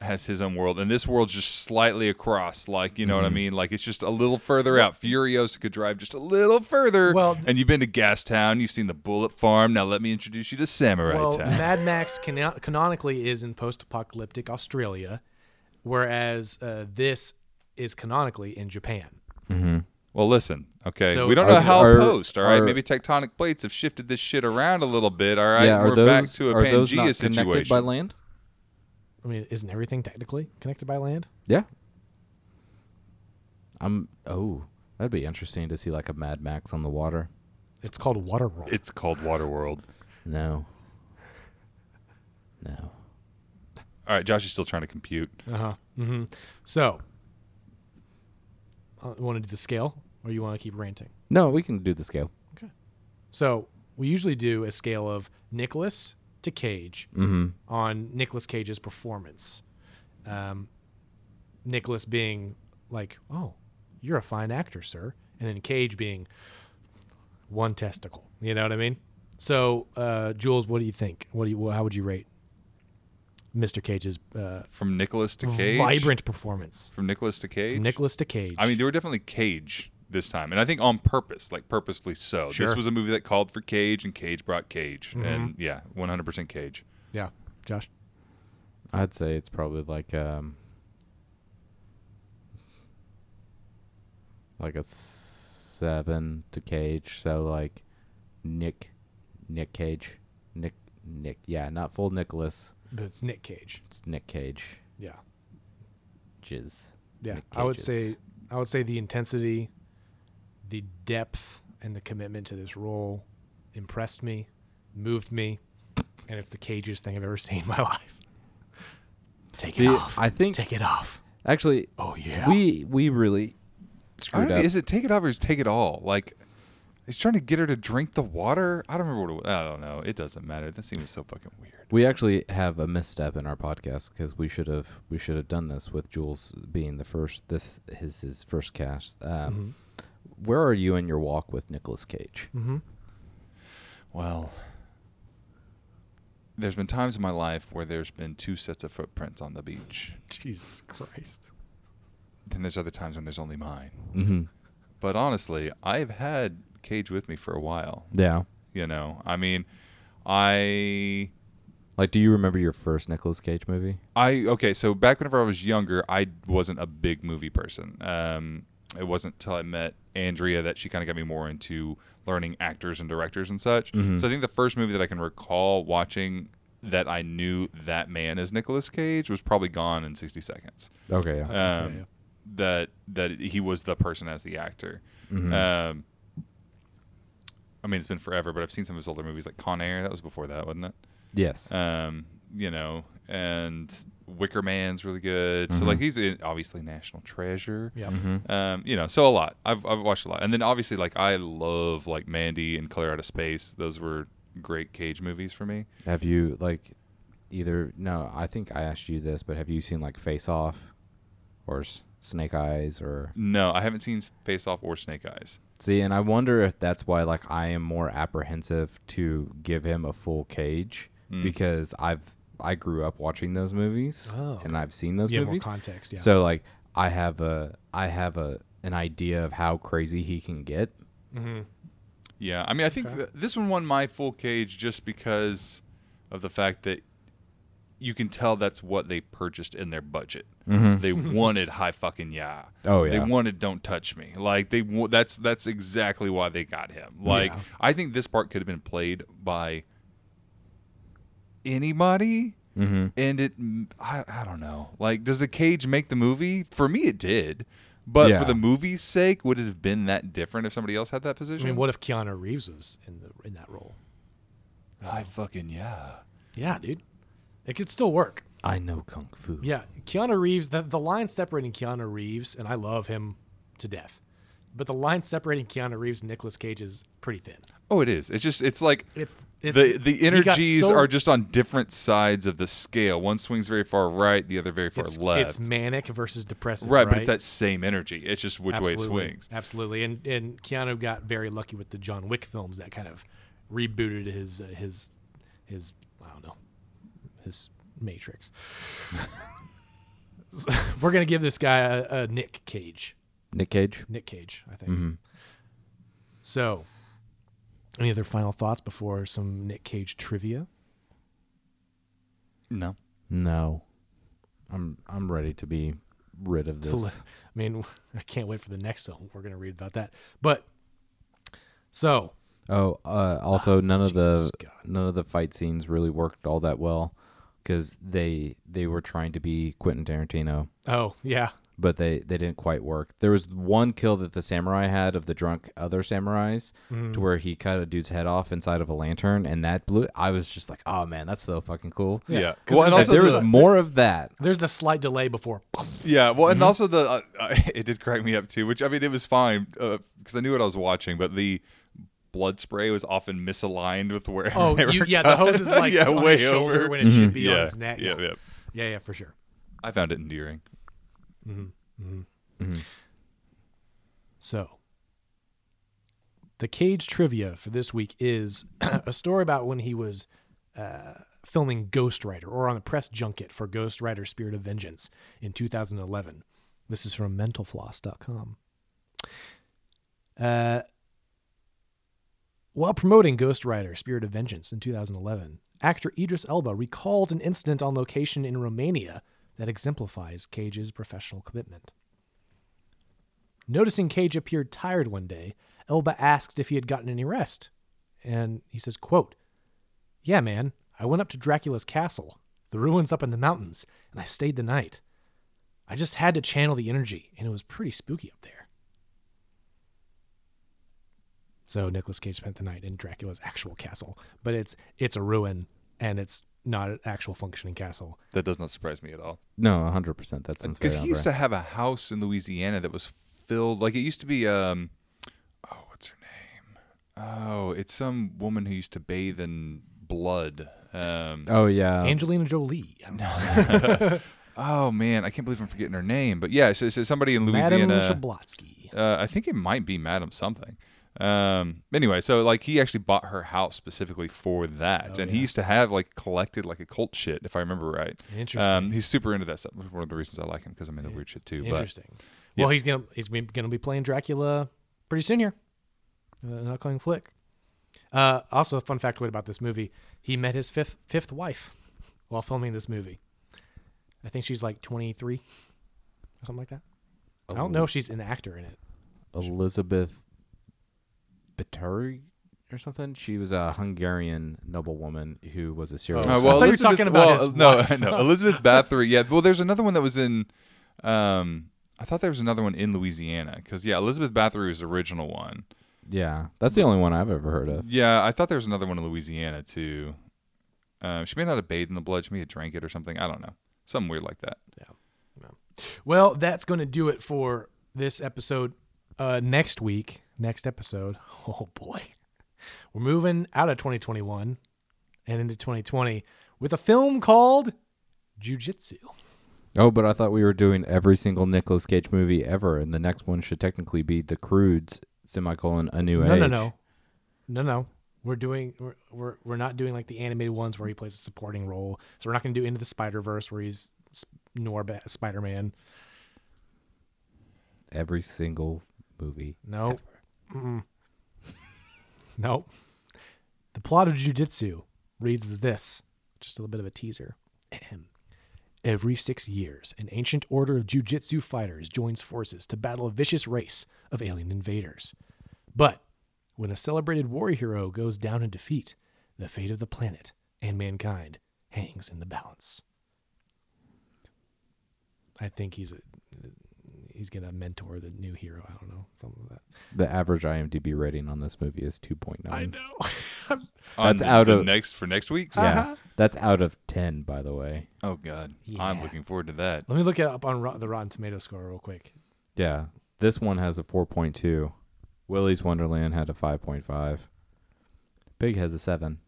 Speaker 3: has his own world, and this world's just slightly across. Like, you know what I mean? Like, it's just a little further out. Furiosa could drive just a little further.
Speaker 1: Well-
Speaker 3: and you've been to Gastown, you've seen the Bullet Farm. Now let me introduce you to Samurai
Speaker 1: Well,
Speaker 3: Town.
Speaker 1: Mad Max cano- canonically is in post-apocalyptic Australia, whereas uh, this is canonically in Japan.
Speaker 3: Well, listen, okay.
Speaker 1: So-
Speaker 3: we don't know
Speaker 1: Are-
Speaker 3: how
Speaker 2: are-
Speaker 3: post, all right?
Speaker 2: are-
Speaker 3: Maybe tectonic plates have shifted this shit around a little bit, all right?
Speaker 2: yeah, are
Speaker 3: We're
Speaker 2: those
Speaker 3: back to a
Speaker 2: are those
Speaker 3: Pangea
Speaker 2: not
Speaker 3: situation.
Speaker 2: connected by land?
Speaker 1: I mean, isn't everything technically connected by land?
Speaker 2: Yeah. I'm oh, that'd be interesting to see like a Mad Max on the water.
Speaker 1: It's called Waterworld.
Speaker 3: it's called Waterworld.
Speaker 2: No. No.
Speaker 3: All right, Josh is still trying to compute.
Speaker 1: Uh-huh. hmm So, uh, want to do the scale, or you want to keep ranting?
Speaker 2: No, we can do the scale.
Speaker 1: So we usually do a scale of Nicholas to Cage
Speaker 3: Mm-hmm.
Speaker 1: on Nicholas Cage's performance. Um, Nicholas being like, "Oh, you're a fine actor, sir," and then Cage being one testicle. You know what I mean? So, uh, Jules, what do you think? What do you? How would you rate Mr. Cage's uh,
Speaker 3: From Nicholas to Cage.
Speaker 1: vibrant performance?
Speaker 3: From Nicholas to Cage.
Speaker 1: Nicholas to Cage.
Speaker 3: I mean, they were definitely Cage this time, and I think on purpose, like purposely so. This
Speaker 1: Sure.
Speaker 3: was a movie that called for Cage, and Cage brought Cage,
Speaker 2: Mm-hmm.
Speaker 3: and yeah, 100% Cage.
Speaker 1: yeah, Josh.
Speaker 2: I'd say it's probably like um like a seven to Cage. So like Nick, Nick Cage, Nick, Nick. Yeah, not full Nicholas.
Speaker 1: But it's Nick Cage.
Speaker 2: It's Nick Cage.
Speaker 1: Yeah.
Speaker 2: Jizz.
Speaker 1: Yeah,
Speaker 2: Nick
Speaker 1: I would
Speaker 2: Cage's.
Speaker 1: say I would say the intensity, the depth, and the commitment to this role impressed me, moved me, and it's the cagiest thing I've ever seen in my life. Take
Speaker 2: See,
Speaker 1: it off.
Speaker 2: I think
Speaker 1: Take it off.
Speaker 2: actually
Speaker 1: Oh yeah.
Speaker 2: we we really
Speaker 3: I don't
Speaker 2: screwed
Speaker 3: know,
Speaker 2: up.
Speaker 3: is it take it off or is take it all? Like, he's trying to get her to drink the water. I don't remember what it was. I don't know. It doesn't matter. That seems so fucking weird.
Speaker 2: We actually have a misstep in our podcast because we should have we should have done this with Jules being the first. This is his first cast.
Speaker 1: Mm-hmm,
Speaker 2: Um, Where are you in your walk with Nicolas Cage?
Speaker 1: mm-hmm.
Speaker 3: Well, there's been times in my life where there's been two sets of footprints on the beach.
Speaker 1: Jesus Christ.
Speaker 3: Then there's other times when there's only mine.
Speaker 2: Mm-hmm.
Speaker 3: But honestly, I've had Cage with me for a while.
Speaker 2: Yeah.
Speaker 3: You know, I mean, I,
Speaker 2: Like, do you remember your first Nicolas Cage movie?
Speaker 3: I okay. So back whenever I was younger, I wasn't a big movie person. Um, it wasn't till I met Andrea that she kind of got me more into learning actors and directors and such. So I think the first movie that I can recall watching that I knew that man as Nicolas Cage was probably Gone in 60 Seconds.
Speaker 2: Okay.
Speaker 1: Uh,
Speaker 2: Yeah.
Speaker 3: um,
Speaker 1: yeah.
Speaker 3: that that he was the person as the actor. Um, I mean, it's been forever, but I've seen some of his older movies like Con Air. That was before that, wasn't it?
Speaker 1: uh,
Speaker 2: yes.
Speaker 3: Um, you know, and Wicker Man's really good. So like he's in, obviously national treasure.
Speaker 1: Yeah.
Speaker 3: Um, you know, so a lot. I've I've watched a lot, and then obviously like I love like Mandy and Clear Out of Space. Those were great Cage movies for me.
Speaker 2: have you like either? No, I think I asked you this, but have you seen like Face Off or S- Snake Eyes or?
Speaker 3: No, I haven't seen Face Off or Snake Eyes.
Speaker 2: See, and I wonder if that's why like I am more apprehensive to give him a full cage
Speaker 1: Mm.
Speaker 2: because I've I grew up watching those movies
Speaker 1: Oh, okay.
Speaker 2: and I've seen those
Speaker 1: You have more
Speaker 2: movies.
Speaker 1: context, yeah.
Speaker 2: So like I have a I have a an idea of how crazy he can get.
Speaker 3: Yeah, I mean, I think th- this one won my full cage just because of the fact that you can tell that's what they purchased in their budget. They wanted high fucking yeah.
Speaker 2: Oh,
Speaker 3: They
Speaker 2: yeah.
Speaker 3: wanted don't touch me. Like they wa- that's that's exactly why they got him. Like I think this part could have been played by anybody.
Speaker 2: Mm-hmm.
Speaker 3: And it, I, I don't know. Like, does the cage make the movie? For me, it did. But
Speaker 2: Yeah.
Speaker 3: for the movie's sake, would it have been that different if somebody else had that
Speaker 1: I
Speaker 3: position?
Speaker 1: mean, what if Keanu Reeves was in the in that role?
Speaker 3: I fucking yeah.
Speaker 1: Yeah, dude, it could still work.
Speaker 2: I know kung fu.
Speaker 1: Yeah, Keanu Reeves. The, the line separating Keanu Reeves and I love him to death, but the line separating Keanu Reeves and Nicolas Cage is pretty thin.
Speaker 3: Oh, it is. It's just it's like
Speaker 1: It's, it's
Speaker 3: the the
Speaker 1: he got
Speaker 3: energies
Speaker 1: so-
Speaker 3: are just on different sides of the scale. One swings very far right, the other very far
Speaker 1: it's,
Speaker 3: left.
Speaker 1: it's manic versus depressive.
Speaker 3: right,
Speaker 1: Right,
Speaker 3: but it's that same energy. It's just which way it swings.
Speaker 1: Absolutely, and and Keanu got very lucky with the John Wick films that kind of rebooted his uh, his his I don't know his Matrix. So, We're gonna give this guy a, a Nick Cage,
Speaker 2: Nick Cage.
Speaker 1: Nick Cage, I think.
Speaker 3: Mm-hmm.
Speaker 1: So, any other final thoughts before some Nick Cage trivia?
Speaker 3: No.
Speaker 2: No, I'm I'm ready to be rid of
Speaker 1: to
Speaker 2: this.
Speaker 1: li- I mean, I can't wait for the next film. We're gonna read about that. But so
Speaker 2: Oh, uh, also none of
Speaker 1: Jesus
Speaker 2: the
Speaker 1: God.
Speaker 2: none of the fight scenes really worked all that well because they they were trying to be Quentin Tarantino,
Speaker 1: oh yeah,
Speaker 2: but they they didn't quite work. There was one kill that the samurai had of the drunk other samurais, to where he cut a dude's head off inside of a lantern, and that blew. I was just like, oh man, that's so fucking cool.
Speaker 3: Yeah.
Speaker 1: Because
Speaker 3: Well, and
Speaker 2: If
Speaker 3: also
Speaker 2: there
Speaker 3: the-
Speaker 2: was more of that.
Speaker 1: there's the slight delay before.
Speaker 3: Yeah, well, and also the uh, uh, it did crack me up too, which I mean it was fine because I knew what I was watching, but the blood spray was often misaligned with where.
Speaker 1: Oh,
Speaker 3: they
Speaker 1: you,
Speaker 3: were
Speaker 1: yeah, the hose
Speaker 3: cut.
Speaker 1: is like
Speaker 3: yeah,
Speaker 1: on
Speaker 3: way
Speaker 1: his shoulder
Speaker 3: over.
Speaker 1: when it should be on
Speaker 3: yeah,
Speaker 1: his neck.
Speaker 3: Mm-hmm. yeah, yeah.
Speaker 1: yeah, yeah, for sure.
Speaker 3: I found it endearing.
Speaker 1: So, the Cage trivia for this week is a story about when he was uh, filming Ghost Rider or on the press junket for Ghost Rider Spirit of Vengeance in 2011. This is from mentalfloss.com. Uh, while promoting Ghost Rider Spirit of Vengeance in 2011, actor Idris Elba recalled an incident on location in Romania that exemplifies Cage's professional commitment. Noticing Cage appeared tired one day, Elba asked if he had gotten any rest. And he says, quote, Yeah, man, I went up to Dracula's castle, the ruins up in the mountains, and I stayed the night. I just had to channel the energy, and it was pretty spooky up there. So Nicolas Cage spent the night in Dracula's actual castle, but it's it's a ruin and it's not an actual functioning castle.
Speaker 3: That does not surprise me at all.
Speaker 2: No, hundred percent. That sounds
Speaker 3: because
Speaker 2: because
Speaker 3: he used to have a house in Louisiana that was filled like it used to be. Um, oh, what's her name? Oh, it's some woman who used to bathe in blood. Um,
Speaker 2: Oh yeah,
Speaker 1: Angelina Jolie. I don't know.
Speaker 3: oh man, I can't believe I'm forgetting her name. But yeah, so, so somebody in
Speaker 1: Madame
Speaker 3: Louisiana.
Speaker 1: Shablotsky.
Speaker 3: Uh, I think it might be Madam something. Um, anyway, so like he actually bought her house specifically for that,
Speaker 1: Oh,
Speaker 3: and he used to have like collected like occult shit, if I remember right.
Speaker 1: Interesting.
Speaker 3: Um, he's super into that stuff. It's One of the reasons I like him because I'm into weird shit too. But
Speaker 1: Interesting. Well, he's gonna he's been- gonna be playing Dracula pretty soon here. Uh, an upcoming flick. Uh, also, a fun factoid about this movie: he met his fifth fifth wife while filming this movie. I think she's like 23 or something like that. I don't
Speaker 2: Oh.
Speaker 1: know if she's an actor in it.
Speaker 2: Elizabeth Bathory or something. She was a Hungarian noblewoman who was a serial.
Speaker 1: Oh,
Speaker 3: Uh,
Speaker 2: killer.
Speaker 1: I thought you were talking about
Speaker 3: well,
Speaker 1: his
Speaker 3: no,
Speaker 1: wife.
Speaker 3: no, Elizabeth Bathory. Yeah, well, there's another one that was in. Um, I thought there was another one in Louisiana because yeah, Elizabeth Bathory was the original one.
Speaker 2: yeah, that's the only one I've ever heard of.
Speaker 3: Yeah, I thought there was another one in Louisiana too. Um, she may not have bathed in the blood. She may have drank it or something. I don't know. Something weird like that.
Speaker 1: Well, that's going to do it for this episode. Uh, next week, next episode. Oh boy, we're moving out of 2021 and into 2020 with a film called Jujitsu.
Speaker 2: Oh, but I thought we were doing every single Nicolas Cage movie ever, and the next one should technically be The Crudes semicolon A New
Speaker 1: No,
Speaker 2: Age.
Speaker 1: no, no, no, no. We're doing we're, we're we're not doing like the animated ones where he plays a supporting role. So we're not going to do Into the Spider Verse where he's sp- Norba Spider Man.
Speaker 2: Every single movie.
Speaker 1: No. Mm-mm. No. The plot of Jujitsu reads as this just a little bit of a teaser. Ahem. Every six years, an ancient order of jujitsu fighters joins forces to battle a vicious race of alien invaders. But when a celebrated war hero goes down in defeat, the fate of the planet and mankind hangs in the balance. I think he's a, he's gonna mentor the new hero. I don't know something like that.
Speaker 2: The average IMDb rating on this movie is 2.9.
Speaker 1: know.
Speaker 3: On
Speaker 2: That's
Speaker 3: the-
Speaker 2: out
Speaker 3: the
Speaker 2: of-
Speaker 3: next for next week's.
Speaker 2: Yeah.
Speaker 1: Uh-huh.
Speaker 2: That's out of 10, by the way.
Speaker 3: Oh God,
Speaker 1: Yeah.
Speaker 3: I'm looking forward to that.
Speaker 1: Let me look it up on Ro- the Rotten Tomato score real quick.
Speaker 2: Yeah. This one has a 4.2. Willy's Wonderland had a 5.5. Big has a 7.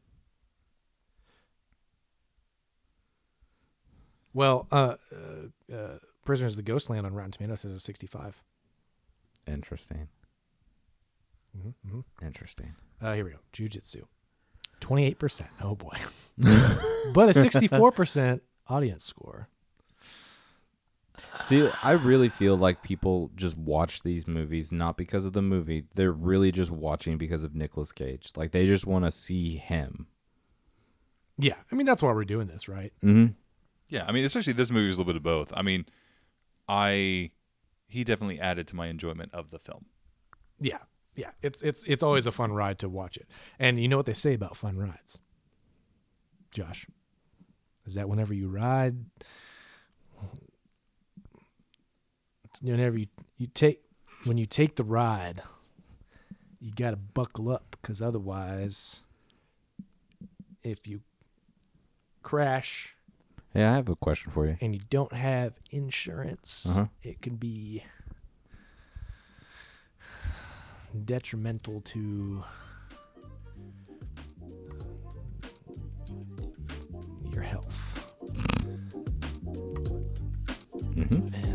Speaker 1: Well, uh, uh, uh, Prisoners of the Ghostland on Rotten Tomatoes says a 65.
Speaker 2: Interesting.
Speaker 1: Mm-hmm.
Speaker 2: Interesting.
Speaker 1: Uh, here we go. Jujitsu. 28%. Oh, boy. but a 64% audience score.
Speaker 2: See, I really feel like people just watch these movies not because of the movie. They're really just watching because of Nicolas Cage. Like they just want to see him.
Speaker 1: Yeah. I mean, that's why we're doing this, right?
Speaker 2: Mm-hmm.
Speaker 3: Yeah, I mean, especially this movie is a little bit of both. I mean, I he definitely added to my enjoyment of the film.
Speaker 1: Yeah. Yeah. It's, it's, it's always a fun ride to watch it. And you know what they say about fun rides, Josh? Is that whenever you ride, it's whenever you, you take, when you take the ride, you got to buckle up because otherwise, if you crash
Speaker 2: Hey, I have a question for you.
Speaker 1: and you don't have insurance,
Speaker 2: Uh-huh.
Speaker 1: it can be detrimental to your health. And
Speaker 2: Mm-hmm.
Speaker 1: um,